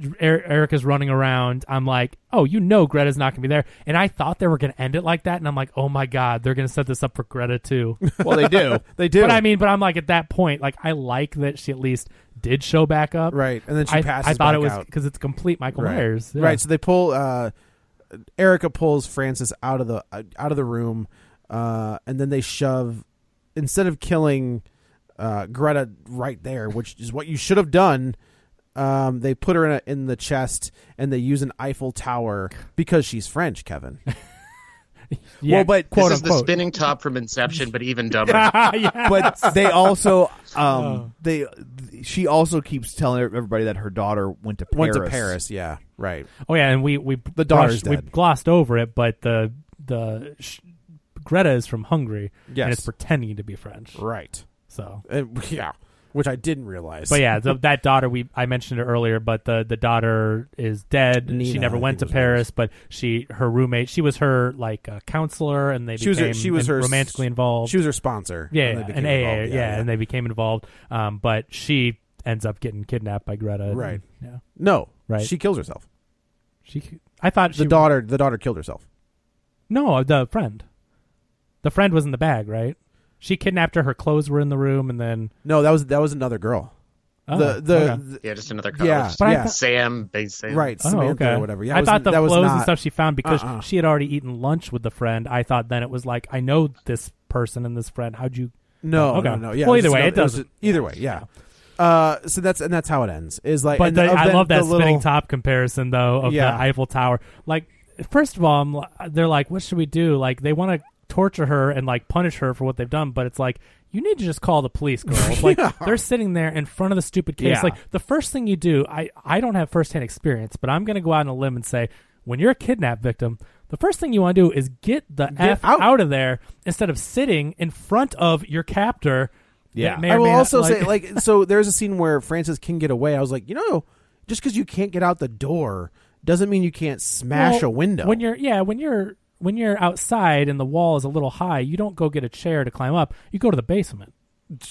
S2: Er- Erica's running around. I'm like, oh, you know, Greta's not gonna be there. And I thought they were gonna end it like that, and I'm like, oh my god, they're gonna set this up for Greta
S3: [LAUGHS]
S2: too.
S1: Well, they do.
S2: [LAUGHS]
S3: They do.
S2: But I mean, but I'm like at that point, like I like that she at least did show back up,
S3: Right, and then she
S2: I,
S3: passes
S2: I thought
S3: back
S2: it was
S3: out.
S2: because it's complete Michael
S3: right.
S2: Myers, Yeah.
S3: Right. So they pull. Uh, Erica pulls Francis out of the uh, out of the room, uh, and then they shove. Instead of killing uh, Greta right there, which is what you should have done, um, they put her in, a, in the chest and they use an Eiffel Tower because she's
S2: [LAUGHS]
S3: French, Kevin.
S2: Yeah,
S1: Well, but-
S2: quote
S1: This
S4: is the
S2: unquote.
S4: spinning top from Inception,
S2: [LAUGHS]
S4: but even dumber.
S2: yeah.
S1: but they also um they she also keeps telling everybody that her daughter went to Paris.
S3: Went to Paris, yeah, right.
S2: Oh yeah, and we we
S3: The daughter's
S2: brushed- we
S3: dead.
S2: glossed over it, but the the sh- Greta is from Hungary,
S3: Yes.
S2: and it's pretending to be French.
S3: Right.
S2: So,
S3: Uh, [LAUGHS] yeah, which I didn't realize.
S2: but yeah, the, that daughter we I mentioned it earlier, but the the daughter is dead. she
S3: Nina,
S2: never
S3: I
S2: went to
S3: think was her name.
S2: Paris, but she her roommate she was her like uh, counselor, and they
S3: she was
S2: became
S3: her, she was
S2: in-
S3: her
S2: romantically involved.
S3: She was her sponsor.
S2: yeah,
S3: and they
S2: an
S3: became
S2: AA, yeah,
S3: involved.
S2: and they became involved. Um, but she ends up getting kidnapped by Greta. and-
S3: Right.
S2: yeah,
S3: no,
S2: Right.
S3: She kills herself.
S2: she. I thought she
S3: The daughter, the daughter killed herself.
S2: No, the friend. The friend was in the bag, right? She kidnapped her. Her clothes were in the room, and then
S3: No, that was that was another girl.
S2: oh,
S3: the the,
S2: okay.
S3: the-
S4: yeah, just another college.
S3: yeah,
S2: But I
S3: yeah.
S2: thought-
S4: Sam, base Sam.
S3: right,
S2: Oh,
S3: Samantha
S2: okay.
S3: or whatever. Yeah,
S2: I
S3: was,
S2: thought the
S3: that was
S2: clothes
S3: not,
S2: and stuff she found because
S3: Uh-uh.
S2: she had already eaten lunch with the friend. I thought then it was like, I know this person and this friend. How'd you?
S3: No,
S2: Okay.
S3: no, no. Yeah,
S2: Well,
S3: was
S2: either way,
S3: another-
S2: it
S3: was
S2: doesn't-
S3: a- Either way, yeah. Uh, so that's and that's how it ends. Is like,
S2: But
S3: and
S2: the,
S3: of
S2: I
S3: the-
S2: love that
S3: the little-
S2: spinning top comparison though of
S3: Yeah.
S2: the Eiffel Tower. Like, first of all, I'm, li- they're like, what should we do? Like, they want to torture her and like punish her for what they've done, but it's like. You need to just call the police,
S3: [LAUGHS]
S2: girls. Like they're sitting there in front of the stupid case.
S3: Yeah.
S2: Like the first thing you do, I I don't have firsthand experience, but I'm going to go out on a limb and say, when you're a kidnap victim, the first thing you want to do is get the f
S3: out.
S2: out. of there instead of sitting in front of your captor. that
S1: Yeah.
S2: may or
S3: I will
S2: may not,
S3: also say, like, so there's a scene where Francis can get away. I was like, you know, just because you can't get out the door doesn't mean you can't smash
S2: Well,
S3: a window.
S2: when you're yeah when you're when you're outside and the wall is a little high you don't go get a chair to climb up you go to the
S3: [LAUGHS]
S2: basement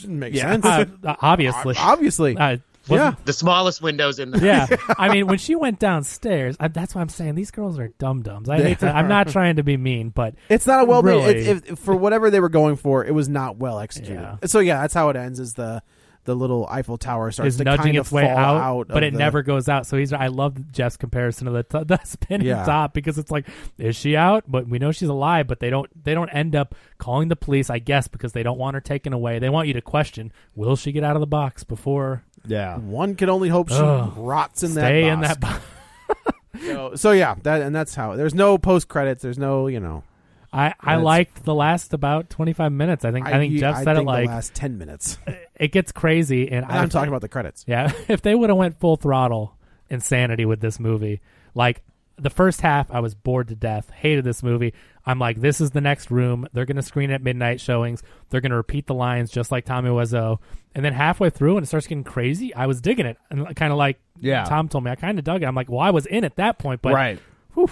S3: makes
S1: Yeah.
S3: sense.
S2: uh, uh, obviously
S3: [LAUGHS] Obviously,
S2: uh,
S3: yeah.
S2: wasn't-
S4: The smallest windows in the
S3: [LAUGHS]
S2: yeah i mean when she went downstairs I, that's why i'm saying these girls are dum dums i hate to, i'm
S3: [LAUGHS]
S2: not trying to be mean but
S3: It's not a well made.
S2: Really.
S3: If, if, for whatever they were going for, it was not well executed.
S2: Yeah.
S3: So yeah, that's how it ends. Is the the little Eiffel Tower starts
S2: is
S3: to
S2: nudging
S3: kind
S2: its
S3: of
S2: way
S3: fall
S2: out,
S3: out
S2: but
S3: of
S2: it
S3: the-
S2: never goes out. So he's I love Jeff's comparison of the [LAUGHS] t- the spinning
S3: Yeah.
S2: top because it's like is she out? But we know she's alive. But they don't they don't end up calling the police. I guess because they don't want her taken away. They want you to question will she get out of the box before
S1: Yeah.
S3: One can only hope she
S2: Ugh.
S3: rots in
S2: stay
S3: that
S2: in that
S3: box.
S2: box.
S3: So, [LAUGHS] so yeah, that and that's how. There's no post credits. There's no you know.
S2: I, I
S3: That's-
S2: liked the last about twenty five minutes. I think I, think
S3: you-
S2: Jeff
S3: I
S2: said
S3: think
S2: it like
S3: the last
S2: [LAUGHS]
S3: ten minutes.
S2: it gets crazy and I,
S3: I'm talking about the credits.
S2: Yeah, [LAUGHS] if they would have went full throttle insanity with this movie, like the first half, I was bored to death, hated this movie. I'm like, this is the next room. They're gonna screen it at midnight showings. They're gonna repeat the lines just like Tommy Wiseau. And then halfway through, and it starts getting crazy. I was digging it, and kind of like
S1: Yeah.
S2: Tom told me, I kind of dug it. I'm like, well, I was in at that point, but
S1: right.
S2: whew.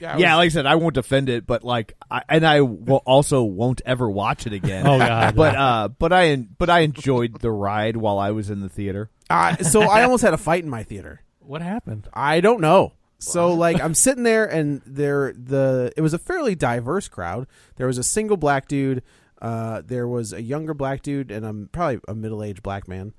S1: yeah, like I said, I won't defend it, but like, I, and I will also won't ever watch it again.
S2: Oh, God.
S1: but uh, but I en- but I enjoyed the ride while I was in the theater.
S3: I- Uh,
S2: [LAUGHS]
S3: so I almost had a fight in my theater.
S2: what happened? [LAUGHS]
S3: I don't know. So like I'm sitting there and there the it was a fairly diverse crowd. There was a single black dude. Uh, there was a younger black dude and I'm probably a middle aged black man.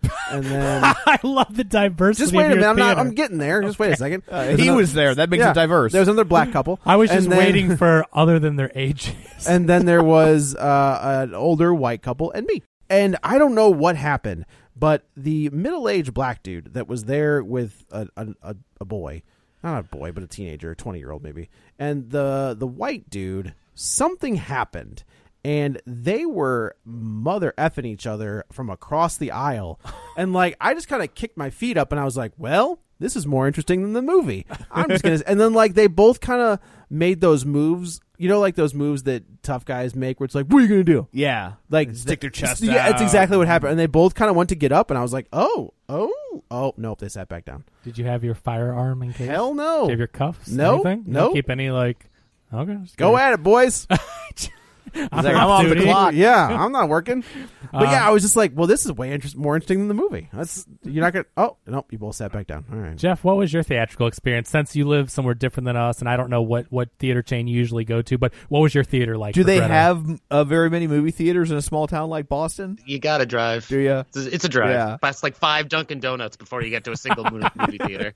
S1: [LAUGHS]
S3: And then
S2: I love the diversity.
S3: just wait
S2: of
S3: a
S2: your
S3: minute, I'm not
S2: theater.
S3: I'm getting there. Just wait a second. There's
S1: Uh, he
S3: another-
S1: was there. That makes it diverse.
S3: There was another black couple.
S2: I was
S3: And
S2: just
S3: then- [LAUGHS]
S2: waiting for other than their ages. [LAUGHS]
S3: and then there was uh, an older white couple and me. And I don't know what happened, but the middle aged black dude that was there with a, a, a, a boy, not a boy, but a teenager, 20 year old maybe, and the, the white dude, something happened. And they were mother effing each other from across
S1: [LAUGHS]
S3: the aisle. And like, I just kind of kicked my feet up and I was like, well, this is more interesting than the movie. I'm
S1: [LAUGHS]
S3: just gonna. and then like they both kind of made those moves. You know, like those moves that tough guys make, where it's like, "What are you gonna do?"
S1: yeah,
S3: Like
S1: Stick their chest
S3: Yeah,
S1: out.
S3: it's exactly what happened. And they both kind of went to get up, and I was like, "Oh, oh, oh, nope." They sat back down.
S2: Did you have your firearm in case?
S3: Hell no.
S2: Do you have your cuffs?
S3: No,
S2: Anything? You
S3: no.
S2: Keep any like. Okay. just
S3: Go
S2: gonna-
S3: at it, boys.
S1: He's like, I'm off the
S2: duty.
S1: clock.
S3: yeah, I'm not working. But yeah, I was just like, well, this is way interest- more interesting than the movie. That's you're not gonna. Oh nope, you both sat back down. All right.
S2: Jeff, what was your theatrical experience? Since you live somewhere different than us, and I don't know what, what theater chain you usually go to, but what was your theater like?
S1: Do
S2: for
S1: they
S2: Greta?
S1: have uh, very many movie theaters in a small town like Boston?
S4: You gotta drive.
S1: Do ya?
S4: It's a, it's a drive.
S1: Yeah.
S4: That's like five Dunkin' Donuts before you get to a single
S2: [LAUGHS]
S4: mo- movie theater.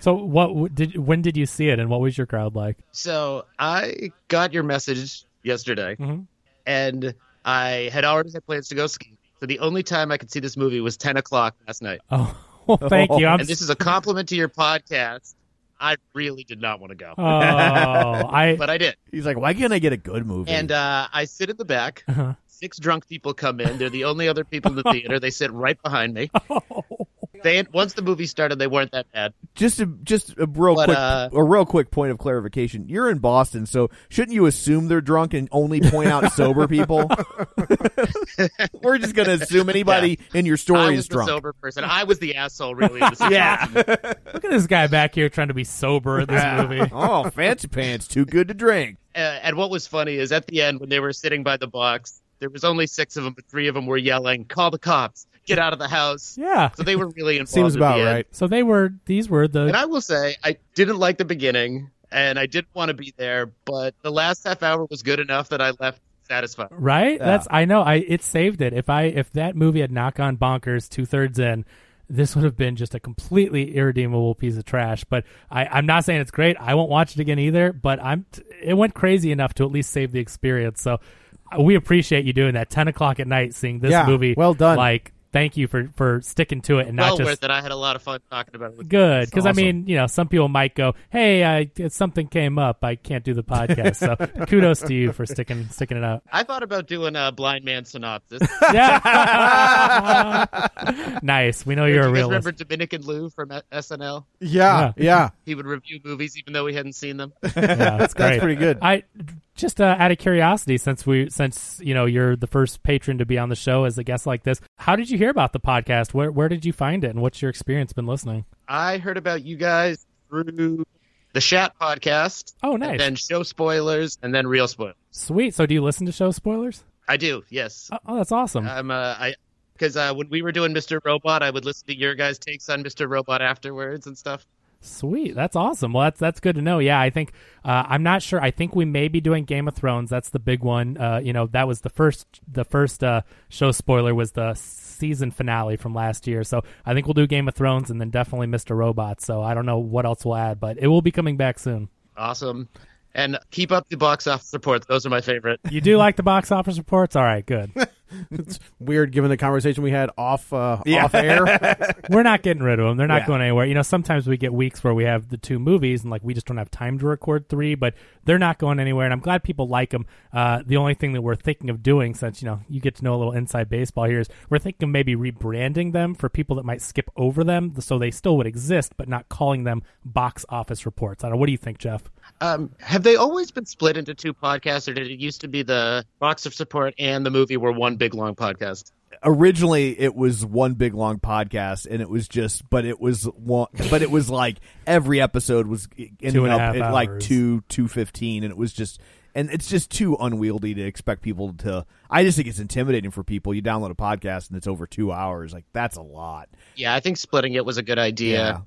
S2: So what w- did when did you see it, and what was your crowd like? [LAUGHS]
S4: So I got your message yesterday,
S2: Mm-hmm.
S4: and I had already had plans to go ski. So the only time I could see this movie was ten o'clock last night.
S2: Oh, well, thank
S1: [LAUGHS]
S2: you. I'm
S4: and this
S2: s-
S4: is a compliment to your podcast. I really did not want to go,
S2: oh, I
S4: but I did.
S1: He's like, why can't I get a good movie?
S4: And uh, I sit in the back.
S2: Uh-huh.
S4: Six drunk people come in. They're the only other people in the theater. They sit right behind me. They once the movie started, they weren't that bad.
S1: just a just a real
S4: But,
S1: quick
S4: uh,
S1: a real quick point of clarification. You're in Boston, so shouldn't you assume they're drunk and only point
S4: [LAUGHS]
S1: out sober people? [LAUGHS] We're just gonna assume anybody in your
S4: I
S1: story
S4: was
S1: is
S4: the
S1: drunk.
S4: sober person. I was the asshole, really. in the situation.
S2: look at this guy back here trying to be sober in this movie.
S1: oh, fancy pants, too good to drink.
S4: Uh, and what was funny is at the end when they were sitting by the box, there was only six of them, but three of them were yelling, "Call the cops! Get out of the house!"
S2: Yeah.
S4: So they were really involved.
S3: Seems
S4: at the
S3: about
S4: end.
S3: right.
S2: So they were these were the
S4: And I will say, I didn't like the beginning, and I didn't want to be there, but the last half hour was good enough that I left satisfied.
S2: right.
S1: Yeah.
S2: That's I know. I it saved it. If I if that movie had knock on bonkers two thirds in. This would have been just a completely irredeemable piece of trash, but I, I'm not saying it's great. I won't watch it again either. But I'm, it went crazy enough to at least save the experience. So uh, we appreciate you doing that. Ten o'clock at night, seeing this
S3: Yeah,
S2: movie.
S3: well done.
S2: Like, thank you for for sticking to it and
S4: well
S2: not just
S4: worth it. I had a lot of fun talking about it. With
S2: good because
S3: Awesome.
S2: I mean, you know, some people might go, "Hey, I something came up, I can't do the podcast."
S3: [LAUGHS]
S2: So kudos to you for sticking sticking it out.
S4: I thought about doing a blind
S2: [LAUGHS]
S4: man synopsis.
S2: Yeah, [LAUGHS] nice. We know
S4: Do
S2: you're a
S4: you guys
S2: realist.
S4: remember Dominican Lou from E- SNL?
S3: Yeah, yeah.
S4: He would review movies even though he hadn't seen them.
S2: Yeah, that's great.
S3: That's pretty good.
S2: I just uh, out of curiosity, since we since you know you're the first patron to be on the show as a guest like this, how did you hear about the podcast? Where where did you find it, and what's your experience been listening?
S4: I heard about you guys through the Shat podcast.
S2: Oh,
S4: and
S2: nice,
S4: then show spoilers, and then real spoilers.
S2: sweet. So do you listen to show spoilers?
S4: I do, yes.
S2: Oh, oh, that's awesome.
S4: I'm uh, I because uh, when we were doing Mr. Robot, I would listen to your guys' takes on Mr. Robot afterwards and stuff.
S2: Sweet, that's awesome. Well, that's that's good to know. Yeah, I think uh, I'm not sure. I think we may be doing Game of Thrones. That's the big one. Uh, you know, that was the first the first uh, show spoiler was the season finale from last year. So I think we'll do Game of Thrones and then definitely Mr. Robot. So I don't know what else we'll add, but it will be coming back soon.
S4: Awesome, and keep up the box office reports. Those are my favorite.
S2: You do like the box office reports? All right, good.
S3: Weird, given the conversation we had off uh, off air.
S2: We're not getting rid of them. They're not going anywhere. You know, sometimes we get weeks where we have the two movies and like we just don't have time to record three, but they're not going anywhere. And I'm glad people like them. Uh, the only thing that we're thinking of doing, since you know you get to know a little inside baseball here, is we're thinking of maybe rebranding them for people that might skip over them, so they still would exist, but not calling them box office reports. I don't. know. What do you think, Jeff?
S4: Um, have they always been split into two podcasts, or did it used to be the box of support and the movie were one big long podcast?
S1: originally it was one big long podcast and it was just but it was one but it was like every episode was e, ending
S2: Two and a
S1: up
S2: half
S1: at like
S2: hours.
S1: 2 215 and it was just and it's just too unwieldy to expect people to I just think it's intimidating for people you download a podcast and it's over 2 hours like that's a lot
S4: Yeah, I think splitting it was a good idea.
S1: Yeah.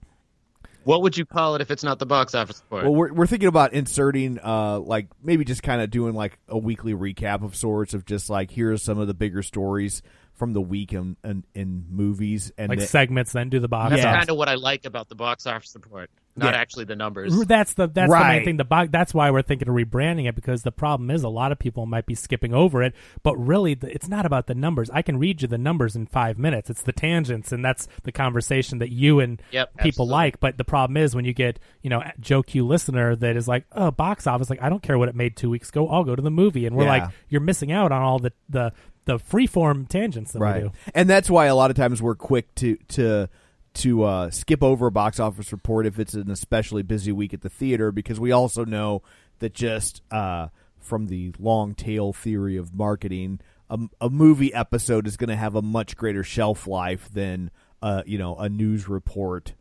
S4: What would you call it if it's not the box office report?
S1: well we're we're thinking about inserting uh like maybe just kind of doing like a weekly recap of sorts of just like here are some of the bigger stories from the week in in, in movies and
S2: Like
S1: then-
S2: segments, then do the box
S4: That's
S1: Yeah.
S2: office.
S4: kind of what I like about the box office report, not
S1: Yeah.
S4: actually the numbers.
S2: That's the that's the main
S1: Right.
S2: thing. The box. That's why we're thinking of rebranding it because the problem is a lot of people might be skipping over it. But really, the, it's not about the numbers. I can read you the numbers in five minutes. It's the tangents, and that's the conversation that you and
S4: Yep,
S2: people
S4: absolutely.
S2: like. But the problem is when you get you know a Joe Q listener that is like, oh, box office. Like I don't care what it made two weeks ago. I'll go to the movie, and we're
S1: Yeah.
S2: like, you're missing out on all the the the freeform tangents that we do.
S1: And that's why a lot of times we're quick to to to uh, skip over a box office report if it's an especially busy week at the theater because we also know that just uh, from the long tail theory of marketing, a, a movie episode is going to have a much greater shelf life than uh, you know a news report,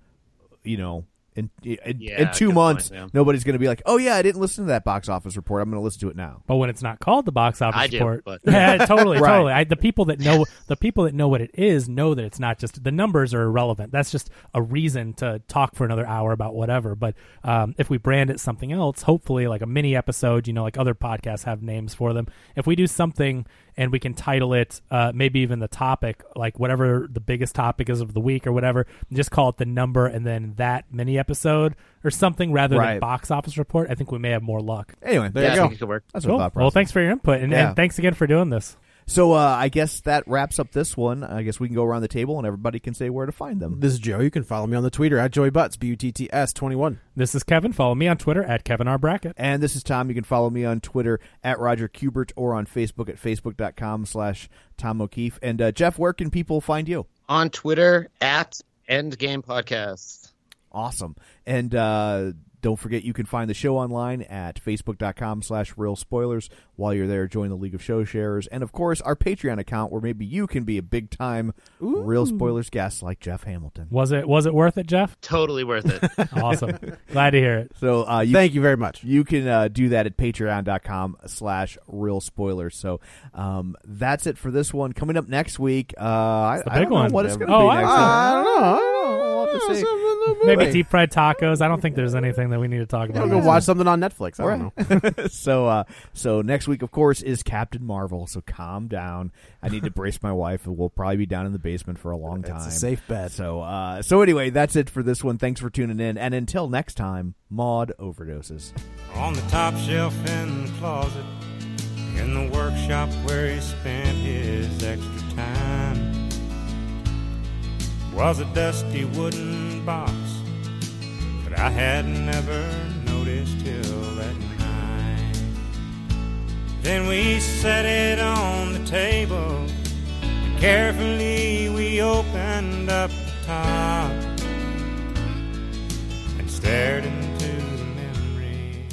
S1: you know. in in,
S4: Yeah,
S1: in two
S4: good
S1: months,
S4: point, yeah.
S1: nobody's going to be like, "Oh yeah, I didn't listen to that box office report. I'm going to listen to it now."
S2: But when it's not called the box office
S4: I do,
S2: report,
S4: but-
S2: [LAUGHS] yeah, totally,
S1: Right.
S2: totally. I, the people that know the people that know what it is know that it's not just the numbers are irrelevant. That's just a reason to talk for another hour about whatever. But um, if we brand it something else, hopefully like a mini episode, you know, like other podcasts have names for them. If we do something and we can title it, uh, maybe even the topic, like whatever the biggest topic is of the week or whatever, and just call it the number and then that mini episode or something rather than
S1: Right.
S2: box office report. I think we may have more luck.
S1: Anyway, there
S4: yeah,
S1: you
S4: I
S1: go.
S4: think it could work.
S1: That's
S2: Cool.
S1: what I thought.
S2: Well,
S1: process.
S2: thanks for your input, and,
S1: Yeah.
S2: and thanks again for doing this.
S1: So uh, I guess that wraps up this one. I guess we can go around the table and everybody can say where to find them.
S3: This is Joe. You can follow me on the Twitter at Joey Butts, B U T T S 21.
S2: This is Kevin. Follow me on Twitter at Kevin R Brackett.
S1: And this is Tom. You can follow me on Twitter at Roger Kubert or on Facebook at facebook.com slash Tom O'Keefe. And uh, Jeff, where can people find you?
S4: On Twitter at Endgame Podcast.
S1: Awesome. And uh, don't forget, you can find the show online at facebook.com slash real spoilers. While you're there, join the League of Show Sharers. And of course, our Patreon account where maybe you can be a big time real spoilers guest like Jeff Hamilton.
S2: Was it was it worth it, Jeff?
S4: Totally worth
S1: [LAUGHS]
S4: it.
S2: Awesome. Glad to hear it.
S1: So uh, you
S3: Thank you very much.
S1: You can uh, do that at patreon.com slash real spoilers. So um, that's it for this one. Coming up next week, uh, I,
S2: the
S1: I
S2: big
S1: don't know
S2: one.
S1: what it's going to
S2: Oh,
S1: be
S2: I-
S1: next
S3: I
S1: week.
S3: don't know. I
S1: We'll have to
S3: don't
S1: see.
S3: know.
S2: Maybe deep fried tacos. I don't think there's anything that we need to talk
S3: I'll
S2: about.
S3: go watch something on Netflix. I don't know.
S1: so uh, so next week, of course, is Captain Marvel. So calm down. I need to brace my wife. and We'll probably be down in the basement for a long time.
S3: That's a safe bet.
S1: So uh, so anyway, that's it for this one. Thanks for tuning in, and until next time, Maud overdoses.
S5: on the top shelf in the closet, in the workshop where he spent his extra time, was a dusty wooden box that I had never noticed till that night. Then we set it on the table, and carefully we opened up the top and stared into the memories.